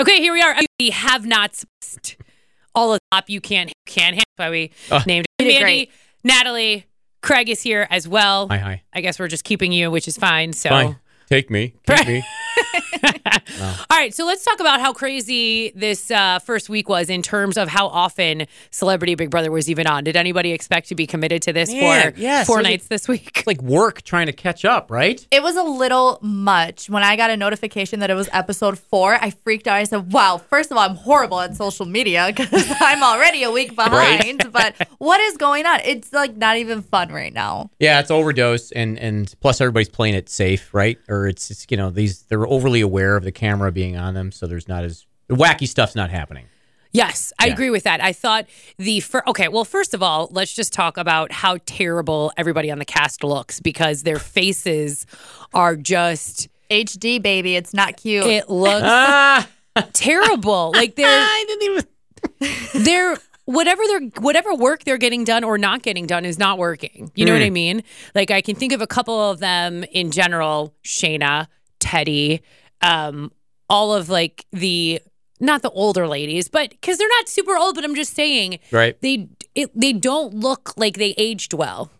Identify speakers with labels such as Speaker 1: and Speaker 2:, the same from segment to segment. Speaker 1: Okay, here we are. The have nots. All atop. You can't can't handle. Why we
Speaker 2: Uh.
Speaker 1: named
Speaker 3: You did
Speaker 1: Mandy,
Speaker 3: great.
Speaker 1: Natalie, Craig is here as well.
Speaker 2: Hi, hi.
Speaker 1: I guess we're just keeping you, which is fine. So.
Speaker 2: Fine. Take me. Take me.
Speaker 1: All right, so let's talk about how crazy this uh, first week was in terms of how often Celebrity Big Brother was even on. Did anybody expect to be committed to this
Speaker 2: Man,
Speaker 1: for
Speaker 2: yes,
Speaker 1: four
Speaker 2: it was a-
Speaker 1: nights this week?
Speaker 2: It's like work trying to catch up, right?
Speaker 3: It was a little much when I got a notification that it was episode four. I freaked out. I said, "Wow! First of all, I'm horrible at social media because I'm already a week behind. But what is going on? It's like not even fun right now.
Speaker 2: Yeah, it's overdose, and and plus everybody's playing it safe, right? Or it's it's you know these they're overly aware of the camera being on them, so there's not as the wacky stuff's not happening.
Speaker 1: Yes, I
Speaker 2: Yeah.
Speaker 1: agree with that. I thought the fir- okay. Well, first of all, let's just talk about how terrible everybody on the cast looks because their faces are just.
Speaker 3: HD baby, it's not cute.
Speaker 1: It looks
Speaker 2: Ah,
Speaker 1: terrible. Like they're
Speaker 2: I didn't even.
Speaker 1: they're whatever they're whatever work they're getting done or not getting done is not working. You know what I mean? Like I can think of a couple of them in general, Shayna, Teddy, um, all of like the not the older ladies, but because they're not super old, but I'm just saying
Speaker 2: Right.
Speaker 1: they it, they don't look like they aged well.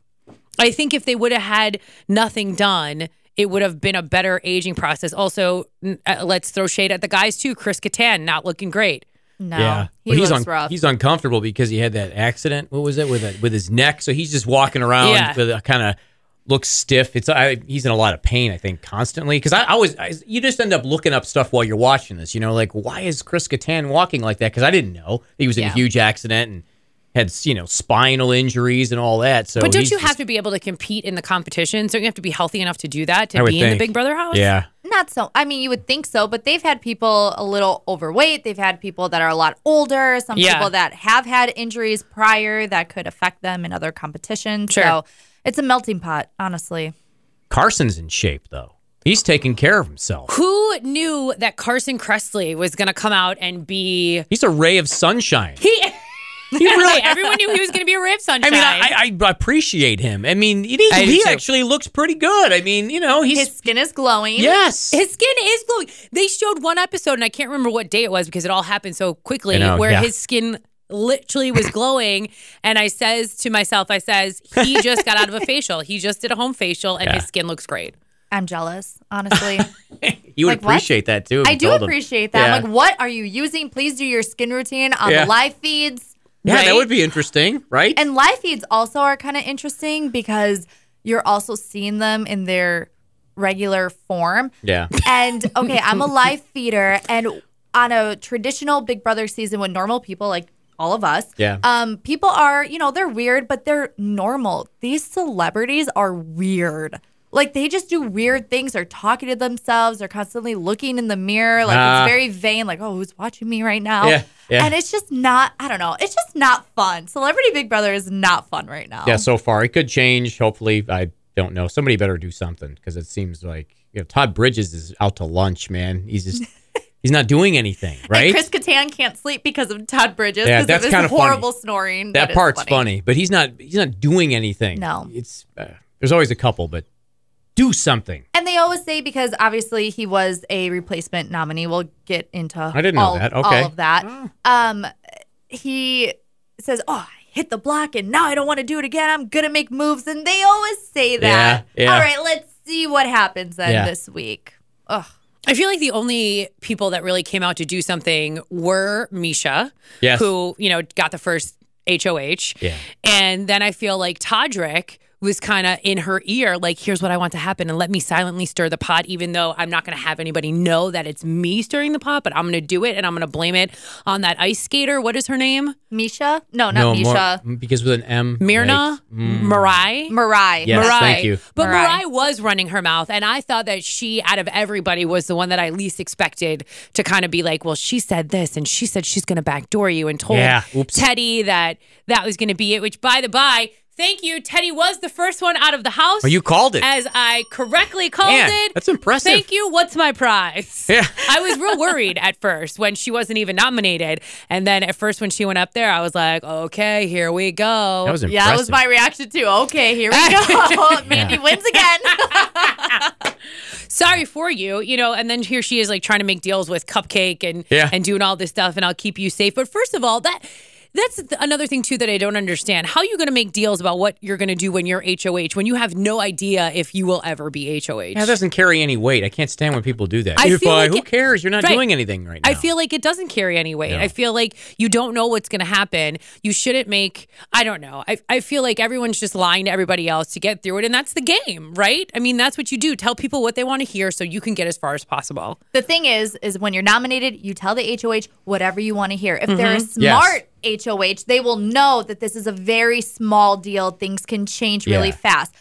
Speaker 1: I think if they would have had nothing done, it would have been a better aging process. Also, n- uh, let's throw shade at the guys too. Chris Kattan not looking great.
Speaker 2: Oh,
Speaker 3: no,
Speaker 2: yeah.
Speaker 3: he
Speaker 2: Well, he's
Speaker 3: looks
Speaker 2: un-
Speaker 3: rough.
Speaker 2: He's uncomfortable because he had that accident. What was it with that with his neck? So he's just walking around
Speaker 1: Yeah.
Speaker 2: with a kind of looks stiff. It's I, he's in a lot of pain, I think, constantly. Because I, I was I, you just end up looking up stuff while you're watching this. You know, like why is Chris Kattan walking like that? Because I didn't know he was in a
Speaker 3: Yeah.
Speaker 2: huge accident and had you know spinal injuries and all that. So,
Speaker 1: But don't
Speaker 2: he's
Speaker 1: you have
Speaker 2: just-
Speaker 1: to be able to compete in the competitions? Don't you have to be healthy enough to do that
Speaker 2: I
Speaker 1: to
Speaker 2: would
Speaker 1: be in the
Speaker 2: think.
Speaker 1: Big Brother house?
Speaker 2: Yeah.
Speaker 3: not so i mean you would think so but they've had people a little overweight they've had people that are a lot older some
Speaker 1: Yeah.
Speaker 3: people that have had injuries prior that could affect them in other competitions
Speaker 1: Sure.
Speaker 3: so it's a melting pot honestly
Speaker 2: Carson's in shape though. He's taking care of himself.
Speaker 1: Who knew that Carson Kressley was going to come out and be?
Speaker 2: He's a ray of sunshine.
Speaker 1: He, really? Everyone knew he was going to be a ray of
Speaker 2: I
Speaker 1: sunshine.
Speaker 2: mean, I, I, I appreciate him. I mean, he,
Speaker 1: I do
Speaker 2: he
Speaker 1: too.
Speaker 2: actually looks pretty good. I mean, you know, he's
Speaker 3: his skin is glowing
Speaker 2: yes,
Speaker 1: his skin is glowing. They showed one episode, and I can't remember what day it was because it all happened so quickly.
Speaker 2: I know,
Speaker 1: where
Speaker 2: yeah.
Speaker 1: his skin literally was glowing, and I says to myself, I says he just got out of a facial. He just did a home facial, and his skin looks great.
Speaker 3: i'm jealous honestly
Speaker 2: you would
Speaker 3: like what?
Speaker 2: appreciate that too. if
Speaker 3: i
Speaker 2: you
Speaker 3: do
Speaker 2: told him.
Speaker 3: appreciate that
Speaker 2: Yeah.
Speaker 3: I'm like what are you using please do your skin routine on
Speaker 2: Yeah.
Speaker 3: the live feeds
Speaker 2: Yeah,
Speaker 1: right?
Speaker 2: that would be interesting, right?
Speaker 3: and live feeds also are kind of interesting because you're also seeing them in their regular form
Speaker 2: yeah,
Speaker 3: And okay, I'm a live feeder, and on a traditional Big Brother season with normal people like all of us,
Speaker 2: Yeah.
Speaker 3: um, people are you know they're weird, but they're normal. These celebrities are weird. Like they just do weird things. They're talking to themselves. They're constantly looking in the mirror. Like
Speaker 2: Ah.
Speaker 3: it's very vain. Like oh, who's watching me right now?
Speaker 2: Yeah, yeah.
Speaker 3: And it's just not. I don't know. It's just not fun. Celebrity Big Brother is not fun right now.
Speaker 2: yeah. So far, it could change. Hopefully, I don't know. Somebody better do something because it seems like you know Todd Bridges is out to lunch, man. He's just he's not doing anything, right?
Speaker 3: And Chris Kattan can't sleep because of Todd Bridges.
Speaker 2: Yeah,
Speaker 3: because
Speaker 2: that's
Speaker 3: of
Speaker 2: kinda
Speaker 3: his
Speaker 2: funny.
Speaker 3: horrible snoring.
Speaker 2: that
Speaker 3: is
Speaker 2: part's funny. but he's not he's not doing anything.
Speaker 3: No.
Speaker 2: it's uh, there's always a couple, but do something.
Speaker 3: And they always say because obviously he was a replacement nominee. We'll get into I
Speaker 2: didn't know
Speaker 3: all,
Speaker 2: that. Okay.
Speaker 3: all of that. Um, he says, "Oh, I hit the block, and now I don't want to do it again. I'm gonna make moves." And they always say that.
Speaker 2: Yeah, yeah.
Speaker 3: All right, let's see what happens then
Speaker 2: Yeah.
Speaker 3: this week. Ugh.
Speaker 1: I feel like the only people that really came out to do something were Misha,
Speaker 2: Yes.
Speaker 1: who, you know, got the first HOH.
Speaker 2: Yeah.
Speaker 1: And then I feel like Todrick was kind of in her ear, like, here's what I want to happen. And let me silently stir the pot, even though I'm not going to have anybody know that it's me stirring the pot, but I'm going to do it and I'm going to blame it on that ice skater. What is her name?
Speaker 3: Misha? No, not
Speaker 2: no
Speaker 3: Misha.
Speaker 2: more because with an M,
Speaker 1: Mirna?
Speaker 2: yikes. Mm.
Speaker 1: Marai?
Speaker 3: Marai.
Speaker 2: Yes,
Speaker 1: Mariah.
Speaker 2: thank you.
Speaker 1: But
Speaker 3: Mariah.
Speaker 1: Mariah was running her mouth, and I thought that she, out of everybody, was the one that I least expected to kind of be like, well, she said this, and she said she's going to backdoor you, and told
Speaker 2: Yeah, oops.
Speaker 1: Teddy that that was going to be it. Which, by the by, thank you. Teddy was the first one out of the house.
Speaker 2: Oh, you called it.
Speaker 1: as I correctly called
Speaker 2: Man,
Speaker 1: it.
Speaker 2: that's impressive.
Speaker 1: Thank you. What's my prize?
Speaker 2: Yeah.
Speaker 1: I was real worried at first when she wasn't even nominated, and then at first when she went up there, I was like, okay, here we go.
Speaker 2: That was impressive.
Speaker 3: Yeah, that was my reaction too. Okay, here we go. Mandy wins again.
Speaker 1: sorry for you, you know. And then here she is like trying to make deals with Cupcake and
Speaker 2: Yeah.
Speaker 1: and doing all this stuff, and I'll keep you safe. But first of all, that. That's th- another thing too that I don't understand. How are you going to make deals about what you're going to do when you're HOH when you have no idea if you will ever be HOH?
Speaker 2: That doesn't carry any weight. I can't stand when people do that.
Speaker 1: I
Speaker 2: if
Speaker 1: feel
Speaker 2: I,
Speaker 1: like
Speaker 2: who
Speaker 1: it-
Speaker 2: cares? You're not
Speaker 1: Right.
Speaker 2: doing anything right now.
Speaker 1: I feel like it doesn't carry any weight.
Speaker 2: No.
Speaker 1: I feel like you don't know what's going to happen. You shouldn't make, I don't know. I, I feel like everyone's just lying to everybody else to get through it. And that's the game, right? I mean, that's what you do. Tell people what they want to hear so you can get as far as possible.
Speaker 3: The thing is, is when you're nominated, you tell the HOH whatever you want to hear. If they're a
Speaker 2: Mm-hmm.
Speaker 3: smart HOH, they will know that this is a very small deal. Things can change really
Speaker 2: Yeah.
Speaker 3: fast.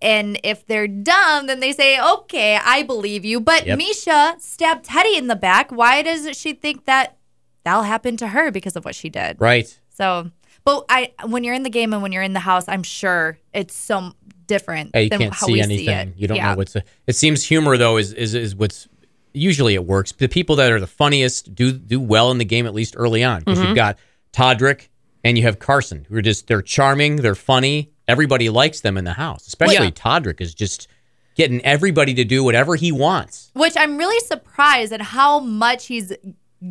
Speaker 3: And if they're dumb, then they say, okay, I believe you. But
Speaker 2: Yep.
Speaker 3: Misha stabbed Teddy in the back. Why does she think that that'll happen to her because of what she did?
Speaker 2: right.
Speaker 3: So, but I, when you're in the game and when you're in the house, I'm sure it's so different
Speaker 2: Yeah, you
Speaker 3: than
Speaker 2: can't
Speaker 3: how
Speaker 2: see
Speaker 3: we
Speaker 2: anything.
Speaker 3: see it.
Speaker 2: You don't
Speaker 3: Yeah.
Speaker 2: know what's. it seems humor though is is is what's usually it works. The people that are the funniest do do well in the game at least early on because
Speaker 1: Mm-hmm.
Speaker 2: you've got Todrick and you have Carson who are just they're charming, they're funny. Everybody likes them in the house, especially
Speaker 1: yeah.
Speaker 2: Todrick is just getting everybody to do whatever he wants.
Speaker 3: which I'm really surprised at how much he's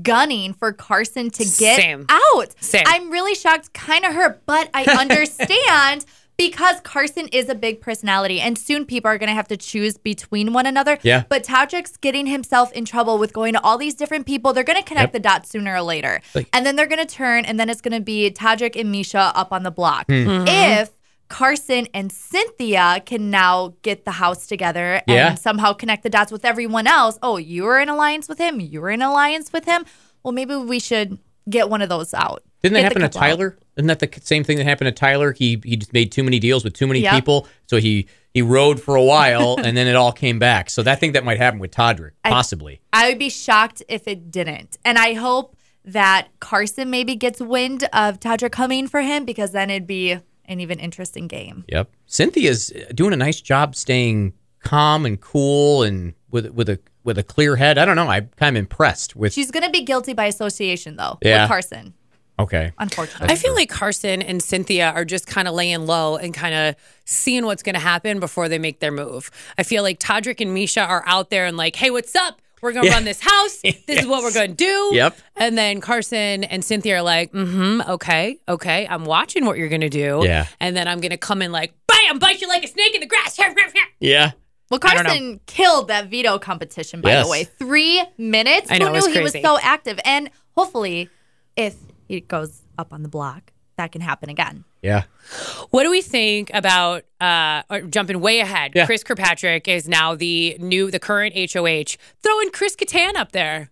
Speaker 3: gunning for Carson to get
Speaker 1: Same.
Speaker 3: out.
Speaker 1: Same.
Speaker 3: I'm really shocked, kind of hurt, but I understand because Carson is a big personality and soon people are going to have to choose between one another.
Speaker 2: Yeah.
Speaker 3: But Todrick's getting himself in trouble with going to all these different people. They're going to
Speaker 2: Yep.
Speaker 3: connect the dots sooner or later.
Speaker 2: Like-
Speaker 3: and then they're going to turn and then it's going to be Todrick and Misha up on the block.
Speaker 2: Hmm.
Speaker 3: If Carson and Cynthia can now get the house together and
Speaker 2: Yeah.
Speaker 3: somehow connect the dots with everyone else. Oh, you were in alliance with him. You were in alliance with him. Well, maybe we should get one of those out.
Speaker 2: Didn't that
Speaker 3: Get the
Speaker 2: happen to
Speaker 3: couple out.
Speaker 2: Tyler? Isn't that the same thing that happened to Tyler? He he just made too many deals with too many
Speaker 3: Yep.
Speaker 2: people, so he he rode for a while and then it all came back. So that thing that might happen with Todrick possibly.
Speaker 3: I would be shocked if it didn't. And I hope that Carson maybe gets wind of Tadra coming for him because then it'd be an even interesting game.
Speaker 2: Yep. Cynthia's doing a nice job staying calm and cool and with with a with a clear head. I don't know. I'm kind of impressed with.
Speaker 3: She's going to be guilty by association, though,
Speaker 2: Yeah.
Speaker 3: with Carson,
Speaker 2: okay.
Speaker 3: unfortunately.
Speaker 1: I feel like Carson and Cynthia are just kind of laying low and kind of seeing what's going to happen before they make their move. I feel like Todrick and Misha are out there and like, hey, what's up? We're going to run this house. This is what we're going to do.
Speaker 2: Yep.
Speaker 1: And then Carson and Cynthia are like, mm hmm, okay, okay. I'm watching what you're going to do.
Speaker 2: Yeah.
Speaker 1: And then I'm going to come in like, bam, bite you like a snake in the grass.
Speaker 2: Yeah.
Speaker 3: Well,
Speaker 1: I don't know.
Speaker 3: Carson killed that veto competition, by
Speaker 2: Yes.
Speaker 3: the way. Three minutes.
Speaker 1: I know, it
Speaker 3: Who knew
Speaker 1: was
Speaker 3: he was
Speaker 1: crazy.
Speaker 3: so active? And hopefully, if he goes up on the block, that can happen again.
Speaker 2: Yeah.
Speaker 1: What do we think about uh, or jumping way ahead? Chris Kirkpatrick is now the new, the current HOH, throwing Chris Catan up there.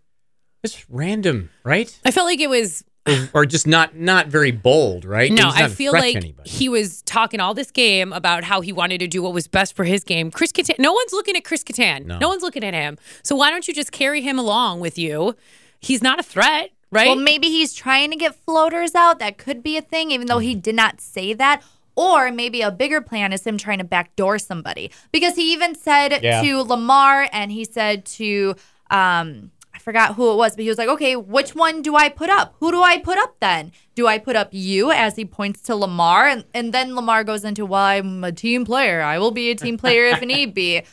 Speaker 2: It's random, right?
Speaker 1: I felt like it was
Speaker 2: Or- or just not not very bold, right?
Speaker 1: No,
Speaker 2: He's not
Speaker 1: I
Speaker 2: a
Speaker 1: feel
Speaker 2: threat to
Speaker 1: like
Speaker 2: anybody.
Speaker 1: he was talking all this game about how he wanted to do what was best for his game. Chris Kattan, no one's looking at Chris Kattan. No. one's looking at him. So why don't you just carry him along with you? He's not a threat, right?
Speaker 3: Well, maybe he's trying to get floaters out. That could be a thing, even though he did not say that. Or maybe a bigger plan is him trying to backdoor somebody because he even said
Speaker 2: Yeah.
Speaker 3: to Lamar and he said to um, I forgot who it was, but he was like, "Okay, which one do I put up? Who do I put up then? Do I put up you?" As he points to Lamar, and, and then Lamar goes into, "Well, I'm a team player. I will be a team player if need be,"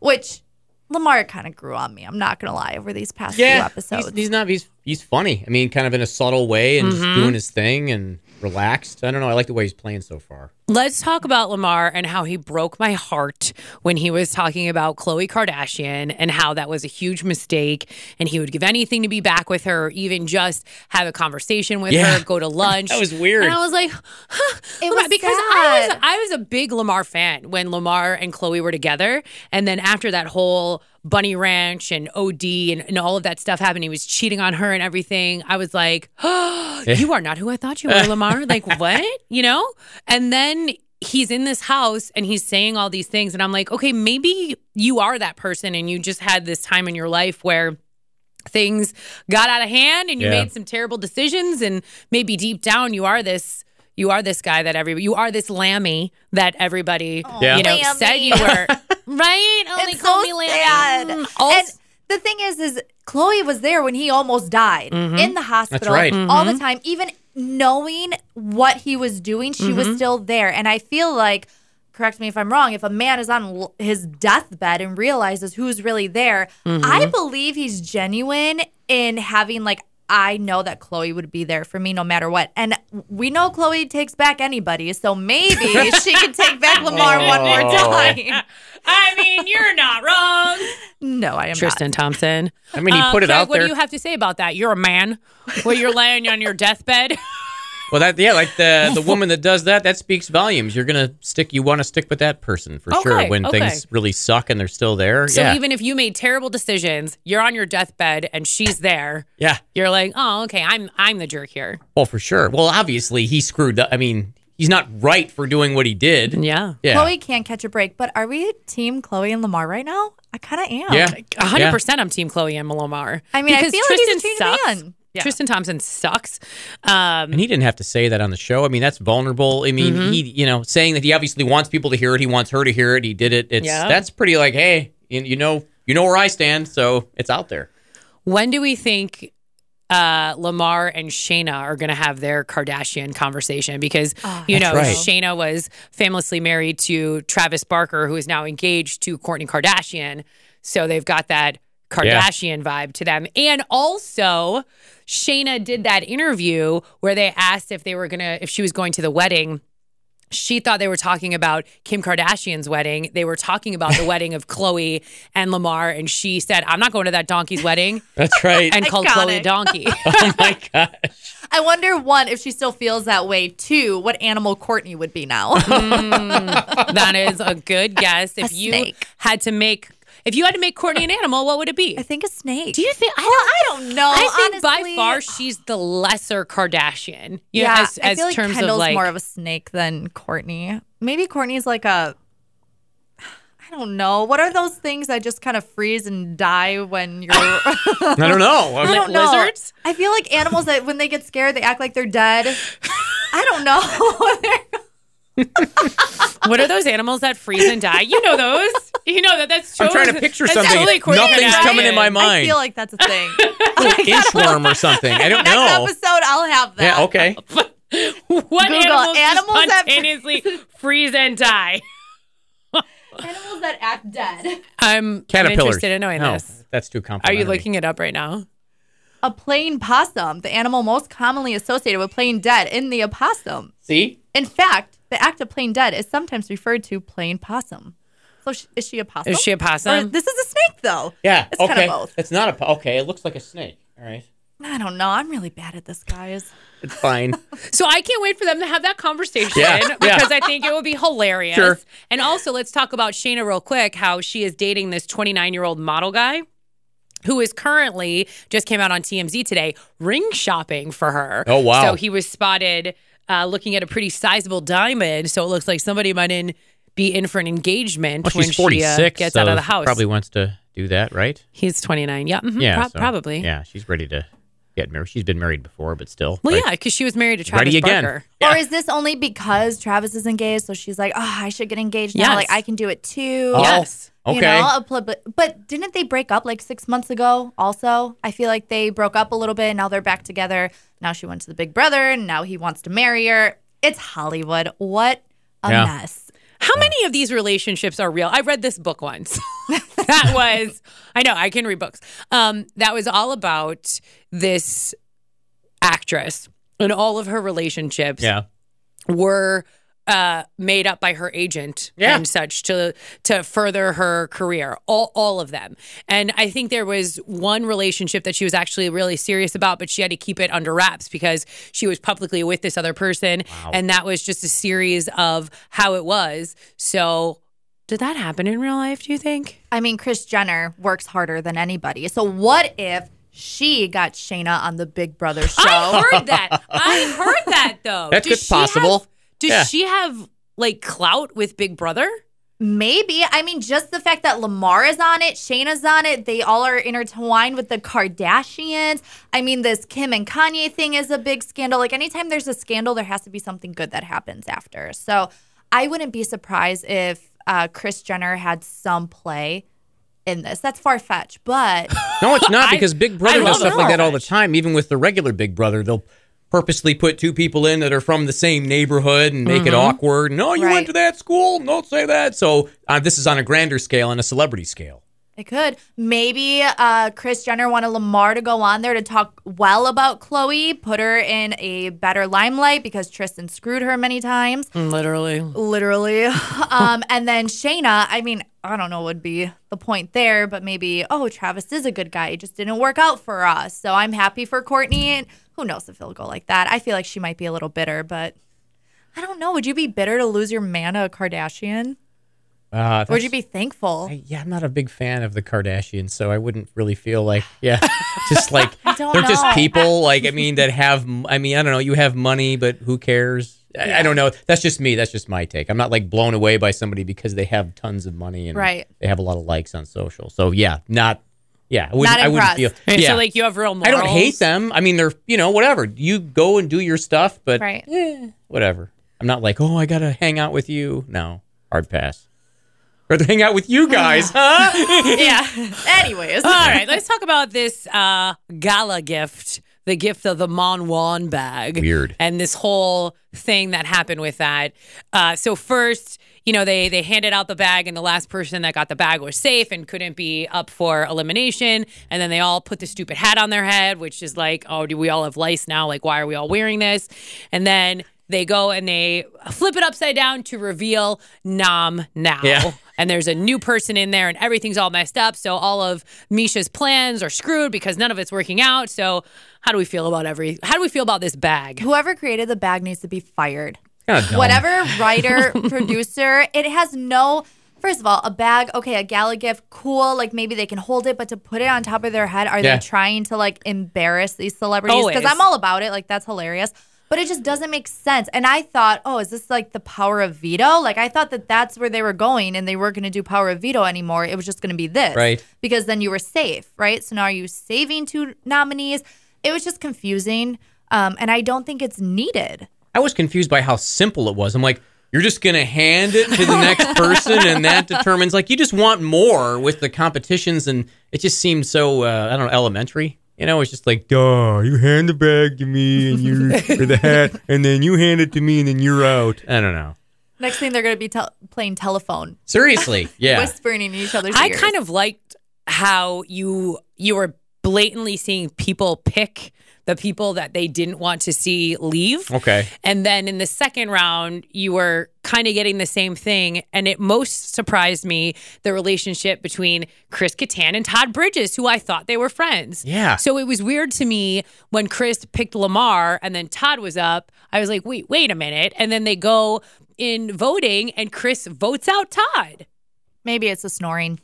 Speaker 3: which. Lamar kind of grew on me. I'm not gonna lie over these past few
Speaker 2: yeah.
Speaker 3: episodes.
Speaker 2: He's, he's not. He's he's funny. I mean, kind of in a subtle way and
Speaker 1: Mm-hmm.
Speaker 2: just doing his thing and relaxed. I don't know. I like the way he's playing so far.
Speaker 1: Let's talk about Lamar and how he broke my heart when he was talking about Khloe Kardashian and how that was a huge mistake and he would give anything to be back with her, or even just have a conversation with
Speaker 2: Yeah.
Speaker 1: her, go to lunch.
Speaker 2: That was weird.
Speaker 1: And I was like, huh,
Speaker 3: It
Speaker 1: Lamar-
Speaker 3: was
Speaker 1: because I was
Speaker 3: sad.
Speaker 1: I was a big Lamar fan when Lamar and Chloe were together. And then after that whole Bunny Ranch and OD and, and all of that stuff happened, he was cheating on her and everything. I was like, oh, you are not who I thought you were, Lamar. like, what? You know? And then he's in this house and he's saying all these things. And I'm like, okay, maybe you are that person and you just had this time in your life where things got out of hand and you
Speaker 2: Yeah.
Speaker 1: made some terrible decisions and maybe deep down you are this you are this guy that everybody you are this lammy that everybody
Speaker 2: Yeah.
Speaker 1: you know
Speaker 3: Lammy.
Speaker 1: said you were right only
Speaker 3: It's
Speaker 1: call
Speaker 3: so
Speaker 1: me lammy
Speaker 3: sad.
Speaker 1: Mm.
Speaker 3: And
Speaker 1: Also-
Speaker 3: the thing is, is Chloe was there when he almost died in the hospital
Speaker 2: right.
Speaker 3: all
Speaker 1: Mm-hmm.
Speaker 3: the time.
Speaker 1: Mm-hmm.
Speaker 3: Even knowing what he was doing, she was still there. And I feel like correct me if I'm wrong, if a man is on l- his deathbed and realizes who's really there, I believe he's genuine in having like I know that Chloe would be there for me no matter what. And we know Chloe takes back anybody, so maybe she can take back Lamar one more time.
Speaker 1: I mean, you're not wrong.
Speaker 3: No, I am
Speaker 1: Tristan Thompson.
Speaker 2: I mean, he put
Speaker 1: Uh, Craig,
Speaker 2: it out
Speaker 1: What
Speaker 2: there.
Speaker 1: do you have to say about that? You're a man. Well, you're laying on your deathbed.
Speaker 2: well, that yeah, like the the woman that does that, that speaks volumes. You're gonna stick. You want to stick with that person for
Speaker 1: Okay,
Speaker 2: sure when
Speaker 1: okay.
Speaker 2: things really suck and they're still there.
Speaker 1: So
Speaker 2: yeah,
Speaker 1: even if you made terrible decisions, you're on your deathbed and she's there.
Speaker 2: yeah.
Speaker 1: You're like, oh, okay, I'm I'm the jerk here.
Speaker 2: Well, for sure. Well, obviously he screwed up. I mean, he's not right for doing what he did.
Speaker 1: Yeah.
Speaker 2: Yeah.
Speaker 3: Chloe can't catch a break, but are we team Chloe and Lamar right now? I kind of am.
Speaker 2: Yeah.
Speaker 1: A hundred
Speaker 2: Yeah.
Speaker 1: percent, I'm Team Chloe and Malomar.
Speaker 3: I mean, I
Speaker 1: because
Speaker 3: feel like he's
Speaker 1: Tristan
Speaker 3: a treated
Speaker 1: sucks.
Speaker 3: man. Yeah.
Speaker 1: Tristan Thompson sucks. Um,
Speaker 2: And he didn't have to say that on the show. I mean, that's vulnerable. I mean,
Speaker 1: Mm-hmm.
Speaker 2: he, you know, saying that he obviously wants people to hear it. He wants her to hear it. He did it. It's
Speaker 1: Yeah.
Speaker 2: that's pretty like, hey, you, you know, you know where I stand, so it's out there.
Speaker 1: when do we think uh, Lamar and Shayna are going to have their Kardashian conversation? Because you know
Speaker 2: Ah, That's right.
Speaker 1: Shayna was famously married to Travis Barker, who is now engaged to Kourtney Kardashian. So they've got that
Speaker 2: Yeah.
Speaker 1: Kardashian vibe to them, and also Shayna did that interview where they asked if they were gonna if she was going to the wedding she thought they were talking about Kim Kardashian's wedding. They were talking about the wedding of Chloe and Lamar, and she said, "I'm not going to that donkey's wedding,"
Speaker 2: That's right.
Speaker 1: and called Chloe a
Speaker 3: Iconic.
Speaker 1: donkey.
Speaker 2: oh my god.
Speaker 3: I wonder one if she still feels that way. Two, what animal Courtney would be now.
Speaker 1: that is a good guess. If you
Speaker 3: snake.
Speaker 1: had to make, if you had to make Courtney an animal, what would it be?
Speaker 3: I think a snake.
Speaker 1: Do you think? I don't.
Speaker 3: I don't know.
Speaker 1: I think by
Speaker 3: honestly.
Speaker 1: far she's the lesser Kardashian. You know,
Speaker 3: Yeah,
Speaker 1: as,
Speaker 3: I
Speaker 1: as
Speaker 3: feel like
Speaker 1: terms
Speaker 3: Kendall's
Speaker 1: of like
Speaker 3: more of a snake than Courtney. Maybe Courtney's like a. I don't know. What are those things that just kind of freeze and die when you're? I
Speaker 2: I don't know. I mean,
Speaker 3: don't know.
Speaker 1: lizards?
Speaker 3: I feel like animals that when they get scared, they act like they're dead. I don't know.
Speaker 1: what are those animals that freeze and die? You know those. You know that. That's
Speaker 2: I'm
Speaker 1: totally-
Speaker 2: trying to picture
Speaker 1: that's
Speaker 2: something.
Speaker 1: Totally Kourtney
Speaker 2: Nothing's
Speaker 1: Kardashian.
Speaker 2: coming in my
Speaker 3: I
Speaker 2: mind. Oh,
Speaker 3: feel like that's a thing.
Speaker 2: Inchworm or something. I don't
Speaker 3: Next
Speaker 2: know.
Speaker 3: episode, I'll have that.
Speaker 2: Yeah. Okay.
Speaker 1: What
Speaker 3: Google
Speaker 1: animals, animals
Speaker 3: animals that fr-
Speaker 1: spontaneously freeze and die? oh.
Speaker 3: Animals that act dead.
Speaker 1: I'm, I'm
Speaker 2: Caterpillars.
Speaker 1: interested in knowing
Speaker 2: No,
Speaker 1: this.
Speaker 2: That's too
Speaker 1: Are
Speaker 2: complicated.
Speaker 1: you looking it up right now?
Speaker 3: A plain possum, the animal most commonly associated with playing dead in the opossum.
Speaker 2: See?
Speaker 3: In fact, the act of playing dead is sometimes referred to plain possum. So sh- is she a possum?
Speaker 1: Is she a
Speaker 3: Or
Speaker 1: possum?
Speaker 3: this is a snake, though.
Speaker 2: Yeah.
Speaker 3: It's
Speaker 2: okay.
Speaker 3: kind of both.
Speaker 2: It's not a. po- Okay. It looks like a snake. All right.
Speaker 3: I don't know. I'm really bad at this, guys.
Speaker 2: It's fine.
Speaker 1: so I can't wait for them to have that conversation
Speaker 2: Yeah, yeah.
Speaker 1: because I think it will be hilarious.
Speaker 2: Sure.
Speaker 1: And also, let's talk about Shayna real quick how she is dating this 29 year old model guy. Who is currently just came out on TMZ today ring shopping for her?
Speaker 2: Oh, wow.
Speaker 1: So he was spotted uh, looking at a pretty sizable diamond. So it looks like somebody might in, be in for an engagement
Speaker 2: Well,
Speaker 1: when
Speaker 2: she's
Speaker 1: she
Speaker 2: 46.
Speaker 1: uh, gets out
Speaker 2: so
Speaker 1: of the house.
Speaker 2: Probably wants to do that, right?
Speaker 1: He's 29. Yeah. mhm,
Speaker 2: Yeah.
Speaker 1: prob-
Speaker 2: so-
Speaker 1: probably.
Speaker 2: Yeah. She's ready to get married. She's been married before, but still.
Speaker 1: Well,
Speaker 2: like,
Speaker 1: yeah, because she was married to Travis
Speaker 2: Ready again.
Speaker 1: Barker.
Speaker 3: Or is this only because Travis is engaged? So she's like, oh, I should get engaged
Speaker 1: Yes.
Speaker 3: now. Like, I can do it too.
Speaker 2: Oh,
Speaker 1: Yes.
Speaker 2: Okay.
Speaker 3: You know, a pl- but- but didn't they break up like six months ago? Also, I feel like they broke up a little bit. And now they're back together. Now she went to the Big Brother, and now he wants to marry her. It's Hollywood. What a
Speaker 2: Yeah.
Speaker 3: mess.
Speaker 1: How many of these relationships are real? I read this book once. that was, I know, I can read books. Um, that was all about this actress and all of her relationships
Speaker 2: Yeah.
Speaker 1: were uh, made up by her agent
Speaker 2: Yeah.
Speaker 1: and such to to further her career. All all of them, and I think there was one relationship that she was actually really serious about, but she had to keep it under wraps because she was publicly with this other person, and that was just a series of how it was. So, did that happen in real life? Do you think?
Speaker 3: I mean, Chris Jenner works harder than anybody. So what if she got Shayna on the Big Brother show?
Speaker 1: I heard that. I heard that though.
Speaker 2: That
Speaker 1: Does
Speaker 2: could
Speaker 1: she have-
Speaker 2: possible.
Speaker 1: does
Speaker 2: Yeah.
Speaker 1: she have like clout with Big Brother?
Speaker 3: Maybe. I mean, just the fact that Lamar is on it, Shayna's on it, they all are intertwined with the Kardashians. I mean, this Kim and Kanye thing is a big scandal. Like, anytime there's a scandal, there has to be something good that happens after. So I wouldn't be surprised if uh, Chris Jenner had some play in this. That's far fetched, but
Speaker 2: No, it's not
Speaker 1: I-
Speaker 2: because Big Brother
Speaker 1: I love
Speaker 2: does stuff
Speaker 1: it.
Speaker 2: like that all the time. Even with the regular Big Brother, they'll purposely put two people in that are from the same neighborhood and make it
Speaker 1: Mm-hmm.
Speaker 2: awkward. No, you
Speaker 3: Right.
Speaker 2: went to that school. Don't say that. So uh, this is on a grander scale and a celebrity scale.
Speaker 3: It could. Maybe uh, Chris Jenner wanted Lamar to go on there to talk well about Chloe, put her in a better limelight because Tristan screwed her many times.
Speaker 1: Literally.
Speaker 3: Literally. um, and then Shayna, I mean, I don't know what would be the point there, but maybe, oh, Travis is a good guy. It just didn't work out for us. So I'm happy for Courtney. And who knows if it'll go like that. I feel like she might be a little bitter, but I don't know. Would you be bitter to lose your man to a Kardashian?
Speaker 2: Uh,
Speaker 3: Or would you be thankful?
Speaker 2: I- yeah, I'm not a big fan of the Kardashians, so I wouldn't really feel like, yeah, just like
Speaker 3: don't
Speaker 2: they're just
Speaker 3: know.
Speaker 2: people. Like, I mean, that have, m- I mean, I don't know. You have money, but who cares? I, I don't know. That's just me. That's just my take. I'm not like blown away by somebody because they have tons of money and
Speaker 3: Right.
Speaker 2: they have a lot of likes on social. So yeah, not, yeah, I wouldn't,
Speaker 3: Not
Speaker 2: I wouldn't feel.
Speaker 3: impressed.
Speaker 1: And
Speaker 2: yeah.
Speaker 1: So like you have real
Speaker 2: I
Speaker 1: morals.
Speaker 2: don't hate them. I mean, they're you know whatever. You go and do your stuff, but
Speaker 3: Right.
Speaker 2: eh, whatever. I'm not like, oh, I gotta hang out with you. No, hard pass. Rather hang out with you guys, huh?
Speaker 3: yeah. Anyways.
Speaker 1: All right, let's talk about this uh, gala gift, the gift of the Mon Juan bag.
Speaker 2: Weird.
Speaker 1: And this whole thing that happened with that. Uh, so first, you know, they they handed out the bag, and the last person that got the bag was safe and couldn't be up for elimination. And then they all put the stupid hat on their head, which is like, oh, do we all have lice now? Like, why are we all wearing this? And then they go and they flip it upside down to reveal Nom now
Speaker 2: Yeah.
Speaker 1: and there's a new person in there and everything's all messed up. So all of Misha's plans are screwed because none of it's working out. So how do we feel about every how do we feel about this bag?
Speaker 3: Whoever created the bag needs to be fired.
Speaker 2: Kinda dumb.
Speaker 3: Whatever writer, producer, it has no. First of all, a bag, okay, a gala gift, cool. Like maybe they can hold it, but to put it on top of their head, are
Speaker 2: Yeah.
Speaker 3: they trying to like embarrass these celebrities? Because
Speaker 1: Always.
Speaker 3: I'm all about it. Like that's hilarious. But it just doesn't make sense. And I thought, oh, is this like the power of veto? Like I thought that that's where they were going and they weren't going to do power of veto anymore. It was just going to be this.
Speaker 2: Right.
Speaker 3: Because then you were safe, right? So now are you saving two nominees? It was just confusing. Um, and I don't think it's needed.
Speaker 2: I was confused by how simple it was. I'm like, you're just gonna hand it to the next person, and that determines like you just want more with the competitions, and it just seemed so uh, I don't know elementary. You know, it's just like, duh, you hand the bag to me and you or the hat, and then you hand it to me and then you're out. I don't know.
Speaker 3: Next thing they're going to be tel playing telephone,
Speaker 2: Seriously, yeah.
Speaker 3: whispering in each other's
Speaker 1: I
Speaker 3: ears.
Speaker 1: kind of liked how you you were blatantly seeing people pick the people that they didn't want to see leave.
Speaker 2: Okay.
Speaker 1: And then in the second round, you were kind of getting the same thing. And it most surprised me the relationship between Chris Kattan and Todd Bridges, who I thought they were friends.
Speaker 2: Yeah.
Speaker 1: So it was weird to me when Chris picked Lamar and then Todd was up. I was like, wait, wait a minute. And then they go in voting and Chris votes out Todd.
Speaker 3: Maybe it's the snoring.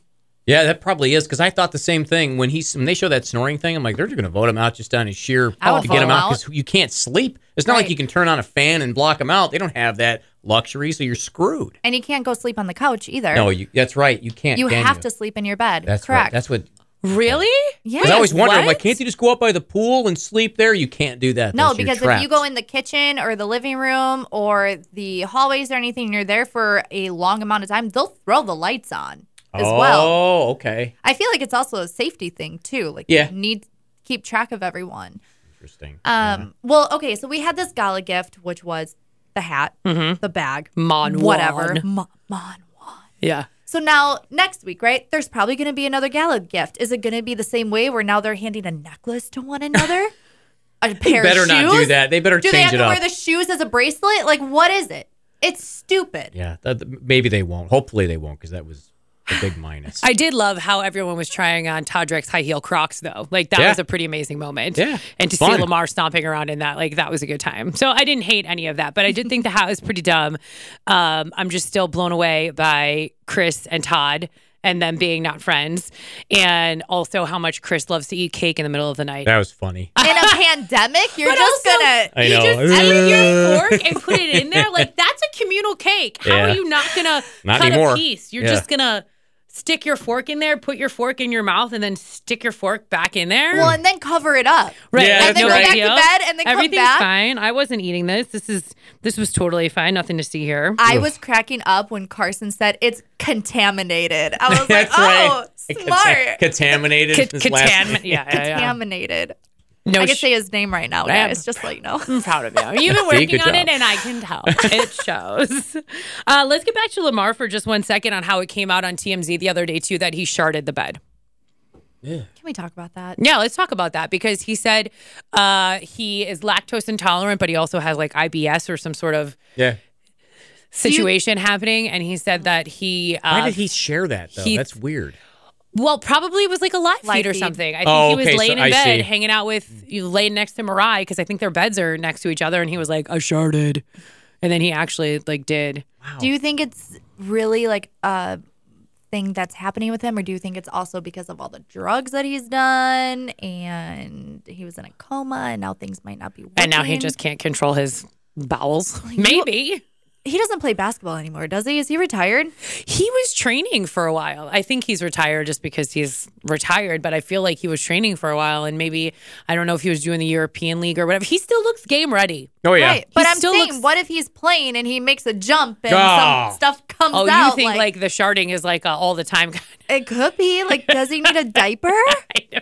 Speaker 2: Yeah, that probably is because I thought the same thing when he when they show that snoring thing. I'm like, they're just going to vote him out just on his sheer
Speaker 3: I would
Speaker 2: to get him
Speaker 3: vote
Speaker 2: out
Speaker 3: him out.
Speaker 2: because you can't sleep. It's not like
Speaker 3: Right.
Speaker 2: you can turn on a fan and block him out. They don't have that luxury, so you're screwed.
Speaker 3: And you can't go sleep on the couch either.
Speaker 2: No, you, that's right. You can't.
Speaker 3: you
Speaker 2: can
Speaker 3: have to sleep in your bed.
Speaker 2: That's
Speaker 3: Correct.
Speaker 2: Right. That's what.
Speaker 1: Really?
Speaker 3: yeah.
Speaker 2: Because I always wonder, I'm
Speaker 1: What?
Speaker 2: like, can't you just go out by the pool and sleep there? You can't do that.
Speaker 3: No,
Speaker 2: Those- you're
Speaker 3: because if you
Speaker 2: trapped.
Speaker 3: go in the kitchen or the living room or the hallways or anything, and you're there for a long amount of time, they'll throw the lights on as well.
Speaker 2: Oh, okay.
Speaker 3: I feel like it's also a safety thing too. Like
Speaker 2: Yeah.
Speaker 3: you need keep track of everyone.
Speaker 2: Interesting.
Speaker 3: Um well, okay, so we had this gala gift which was the hat,
Speaker 2: Mm-hmm.
Speaker 3: the bag,
Speaker 1: Mon
Speaker 3: whatever.
Speaker 1: Juan.
Speaker 3: Mon, Mon Juan.
Speaker 1: Yeah.
Speaker 3: So now next week, right? There's probably going to be another gala gift. Is it going to be the same way where now they're handing a necklace to one another? a pair of
Speaker 2: better
Speaker 3: shoes?
Speaker 2: not do that. They better
Speaker 3: Do they
Speaker 2: change
Speaker 3: have to
Speaker 2: it up.
Speaker 3: wear the shoes as a bracelet? Like, what is it? It's stupid.
Speaker 2: yeah, that, maybe they won't. Hopefully they won't because that was a big minus.
Speaker 1: I did love how everyone was trying on Todrick's high heel Crocs, though. Like that
Speaker 2: Yeah.
Speaker 1: was a pretty amazing moment.
Speaker 2: Yeah.
Speaker 1: and to
Speaker 2: Fun.
Speaker 1: see Lamar stomping around in that, like that was a good time. So I didn't hate any of that, but I did think the hat was pretty dumb. Um, I'm just still blown away by Chris and Todd and them being not friends, and also how much Chris loves to eat cake in the middle of the night.
Speaker 2: that was funny.
Speaker 3: In a pandemic, you're
Speaker 1: But
Speaker 3: just
Speaker 1: also-
Speaker 3: gonna.
Speaker 2: I
Speaker 1: you
Speaker 2: know.
Speaker 1: just take your fork and put it in there. Like that's a communal cake. How
Speaker 2: Yeah.
Speaker 1: are you not gonna
Speaker 2: Not
Speaker 1: cut
Speaker 2: anymore.
Speaker 1: a piece? You're
Speaker 2: Yeah.
Speaker 1: just gonna stick your fork in there, put your fork in your mouth, and then stick your fork back in there.
Speaker 3: Well, and then cover it up.
Speaker 1: right.
Speaker 2: Yeah,
Speaker 1: like,
Speaker 2: that's
Speaker 1: no
Speaker 2: right.
Speaker 1: big
Speaker 2: Back
Speaker 3: to
Speaker 1: deal.
Speaker 3: bed and then come
Speaker 1: everything's
Speaker 3: back.
Speaker 1: fine. I wasn't eating this. This is this was totally fine. Nothing to see here.
Speaker 3: I was cracking up when Carson said it's contaminated. I was like,
Speaker 2: That's
Speaker 3: oh,
Speaker 2: right. It
Speaker 3: smart.
Speaker 2: contam- Contaminated.
Speaker 1: Cat-
Speaker 2: is last-
Speaker 1: Catan- yeah, yeah, yeah.
Speaker 3: Contaminated.
Speaker 1: No
Speaker 3: I could
Speaker 1: sh-
Speaker 3: say his name right now,
Speaker 1: Ma'am.
Speaker 3: guys. Just like no.
Speaker 1: I'm proud of you. You've been
Speaker 2: See,
Speaker 1: working
Speaker 2: good
Speaker 1: on
Speaker 2: job.
Speaker 1: it, and I can tell. It shows. Uh, let's get back to Lamar for just one second on how it came out on TMZ the other day, too, that he sharded the bed.
Speaker 3: Can we talk about that?
Speaker 1: Yeah, let's talk about that because he said uh, he is lactose intolerant, but he also has like IBS or some sort of
Speaker 2: Yeah.
Speaker 1: situation happening. And he said that he,
Speaker 2: Why
Speaker 1: uh,
Speaker 2: did he share that though?
Speaker 1: he-
Speaker 2: That's weird.
Speaker 1: well, probably it was like a live
Speaker 3: Live
Speaker 1: feed or
Speaker 3: feed.
Speaker 1: something. I think
Speaker 2: Oh,
Speaker 1: he was
Speaker 2: okay, so
Speaker 1: laying in
Speaker 2: I
Speaker 1: bed,
Speaker 2: see.
Speaker 1: hanging out with you, laying next to Mariah because I think their beds are next to each other. And he was like, I sharded. And then he actually like did.
Speaker 3: Do you think it's really like a thing that's happening with him, or do you think it's also because of all the drugs that he's done and he was in a coma and now things might not be working?
Speaker 1: And now he just can't control his bowels. Maybe.
Speaker 3: he doesn't play basketball anymore, does he? Is he retired?
Speaker 1: He was training for a while. I think he's retired just because he's retired, but I feel like he was training for a while and maybe I don't know if he was doing the European League or whatever. He still looks game ready.
Speaker 2: Oh yeah.
Speaker 3: Right. But I'm
Speaker 1: still
Speaker 3: saying,
Speaker 1: looks-
Speaker 3: what if he's playing and he makes a jump and
Speaker 2: Ah.
Speaker 3: some stuff comes
Speaker 1: Oh,
Speaker 3: out?
Speaker 1: you think like, the sharding is like a all the time kind
Speaker 3: it could be like, does he need a diaper?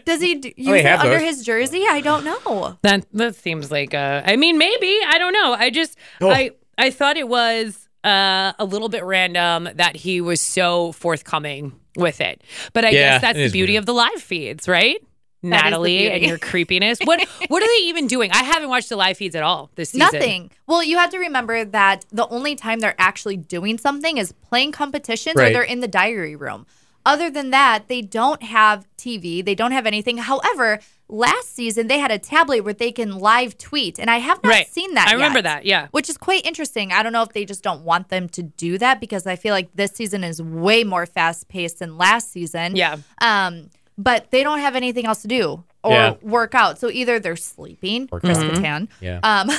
Speaker 3: Does he d- use it
Speaker 2: have
Speaker 3: under
Speaker 2: those.
Speaker 3: his jersey? I don't know.
Speaker 1: That that seems like uh I mean maybe I don't know. I just
Speaker 2: Oh.
Speaker 1: I I thought it was uh a little bit random that he was so forthcoming with it. But I
Speaker 2: Yeah,
Speaker 1: guess that's
Speaker 2: it
Speaker 1: the
Speaker 2: is
Speaker 1: beauty
Speaker 2: weird.
Speaker 1: of the live feeds, right?
Speaker 3: is the
Speaker 1: Natalie and
Speaker 3: beauty.
Speaker 1: your creepiness. What what are they even doing? I haven't watched the live feeds at all this season.
Speaker 3: Nothing. Well, you have to remember that the only time they're actually doing something is playing competitions
Speaker 2: Right.
Speaker 3: or they're in the diary room. Other than that, they don't have TV, they don't have anything. However, last season they had a tablet where they can live tweet, and I have not
Speaker 1: Right.
Speaker 3: seen that.
Speaker 1: I remember
Speaker 3: yet,
Speaker 1: that, yeah.
Speaker 3: Which is quite interesting. I don't know if they just don't want them to do that because I feel like this season is way more fast paced than last season.
Speaker 1: Yeah.
Speaker 3: Um, but they don't have anything else to do or
Speaker 2: Yeah.
Speaker 3: work out. So either they're sleeping,
Speaker 2: Work
Speaker 3: Chris
Speaker 1: Mm-hmm.
Speaker 2: out.
Speaker 3: Kattan,
Speaker 2: Yeah.
Speaker 3: um,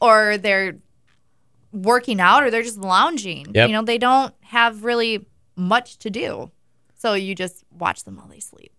Speaker 3: or they're working out or they're just lounging.
Speaker 2: Yep.
Speaker 3: You know, they don't have really much to do. So you just watch them while they sleep.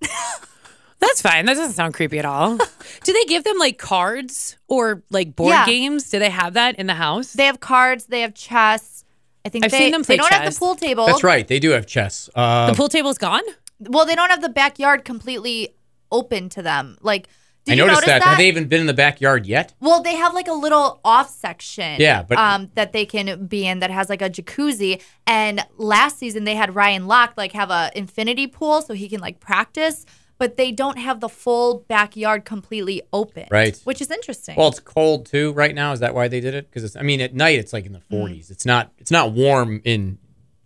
Speaker 1: That's fine. That doesn't sound creepy at all. Do they give them like cards or like board
Speaker 3: Yeah.
Speaker 1: games? Do they have that in the house?
Speaker 3: they have cards, they have chess. I think
Speaker 1: I've
Speaker 3: they,
Speaker 1: seen them
Speaker 3: they
Speaker 1: play
Speaker 3: don't have
Speaker 1: chess.
Speaker 3: the pool table.
Speaker 2: That's right. They do have chess. Uh,
Speaker 1: the pool table's gone?
Speaker 3: Well, they don't have the backyard completely open to them. Like, did
Speaker 2: I
Speaker 3: you
Speaker 2: noticed
Speaker 3: notice
Speaker 2: that.
Speaker 3: that?
Speaker 2: Have they even been in the backyard yet?
Speaker 3: Well, they have like a little off section.
Speaker 2: Yeah, but-
Speaker 3: um, that they can be in that has like a jacuzzi. And last season they had Ryan Locke like have a infinity pool so he can like practice, but they don't have the full backyard completely open.
Speaker 2: Right.
Speaker 3: Which is interesting.
Speaker 2: Well, it's cold too right now. Is that why they did it? Because I mean, at night it's like in the
Speaker 3: Mm.
Speaker 2: 40s. It's not. It's not warm in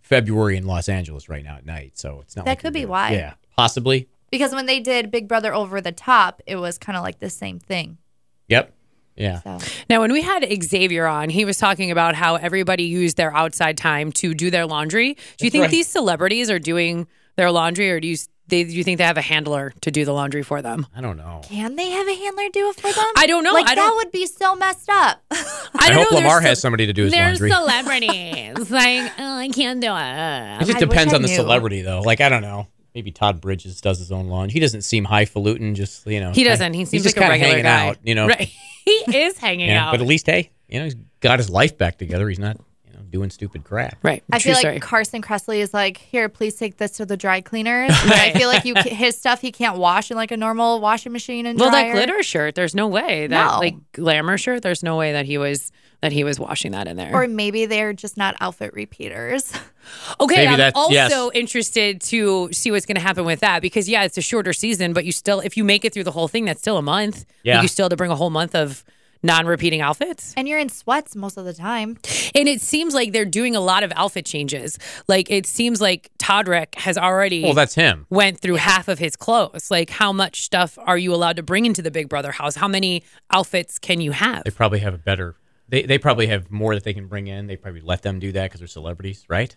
Speaker 2: February in Los Angeles right now at night. So it's not.
Speaker 3: That
Speaker 2: like
Speaker 3: could
Speaker 2: you're
Speaker 3: be
Speaker 2: gonna-
Speaker 3: why.
Speaker 2: Yeah, possibly.
Speaker 3: because when they did Big Brother Over the Top, it was kind of like the same thing.
Speaker 2: Yep. Yeah.
Speaker 3: So
Speaker 1: Now, when we had Xavier on, he was talking about how everybody used their outside time to do their laundry. Do you think
Speaker 2: right.
Speaker 1: these celebrities are doing their laundry, or do you s- they do you think they have a handler to do the laundry for them?
Speaker 2: I don't know.
Speaker 3: can they have a handler do it for them?
Speaker 1: I don't know.
Speaker 3: Like
Speaker 1: I
Speaker 3: that
Speaker 1: don't-
Speaker 3: would be so messed up.
Speaker 2: I,
Speaker 1: don't
Speaker 2: hope
Speaker 1: know. They're
Speaker 2: Lamar
Speaker 1: ce-
Speaker 2: has somebody to do his
Speaker 1: They're
Speaker 2: laundry.
Speaker 1: celebrities. like, oh, I can't do it.
Speaker 2: It just
Speaker 3: I wish
Speaker 2: depends
Speaker 3: I
Speaker 2: on the
Speaker 3: knew.
Speaker 2: celebrity, though. Like I don't know. Maybe Todd Bridges does his own laundry. He doesn't seem highfalutin. Just you know,
Speaker 1: He doesn't. He
Speaker 2: he's
Speaker 1: seems
Speaker 2: just
Speaker 1: like a
Speaker 2: kinda
Speaker 1: regular
Speaker 2: hanging
Speaker 1: guy.
Speaker 2: Out, you know,
Speaker 1: right? He is hanging
Speaker 2: Yeah,
Speaker 1: out.
Speaker 2: but at least hey, you know, he's got his life back together. He's not you know doing stupid crap.
Speaker 1: right.
Speaker 3: I
Speaker 1: True
Speaker 3: feel like
Speaker 1: story.
Speaker 3: Carson Kressley is like, here, please take this to the dry cleaners. And I
Speaker 1: Right.
Speaker 3: feel like you ca- his stuff he can't wash in like a normal washing machine and
Speaker 1: well, that
Speaker 3: dryer.
Speaker 1: glitter shirt. There's no way that
Speaker 3: No.
Speaker 1: like glamour shirt. There's no way that he was that he was washing that in there.
Speaker 3: Or maybe they're just not outfit repeaters.
Speaker 1: Okay,
Speaker 2: Maybe
Speaker 1: I'm
Speaker 2: that's-
Speaker 1: also
Speaker 2: yes.
Speaker 1: interested to see what's going to happen with that because yeah, it's a shorter season, but you still if you make it through the whole thing, that's still a month.
Speaker 2: Yeah.
Speaker 1: Like, you still have to bring a whole month of non-repeating outfits.
Speaker 3: And you're in sweats most of the time.
Speaker 1: And it seems like they're doing a lot of outfit changes. Like it seems like Todrick has already
Speaker 2: Well, that's him.
Speaker 1: went through half of his clothes. Like how much stuff are you allowed to bring into the Big Brother house? How many outfits can you have?
Speaker 2: They probably have a better. They, they probably have more that they can bring in. They probably let them do that because they're celebrities, right?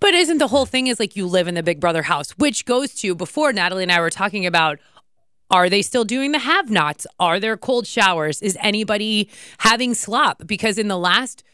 Speaker 1: But isn't the whole thing is like you live in the Big Brother house, which goes to before Natalie and I were talking about are they still doing the have nots? Are there cold showers? Is anybody having slop? Because in the last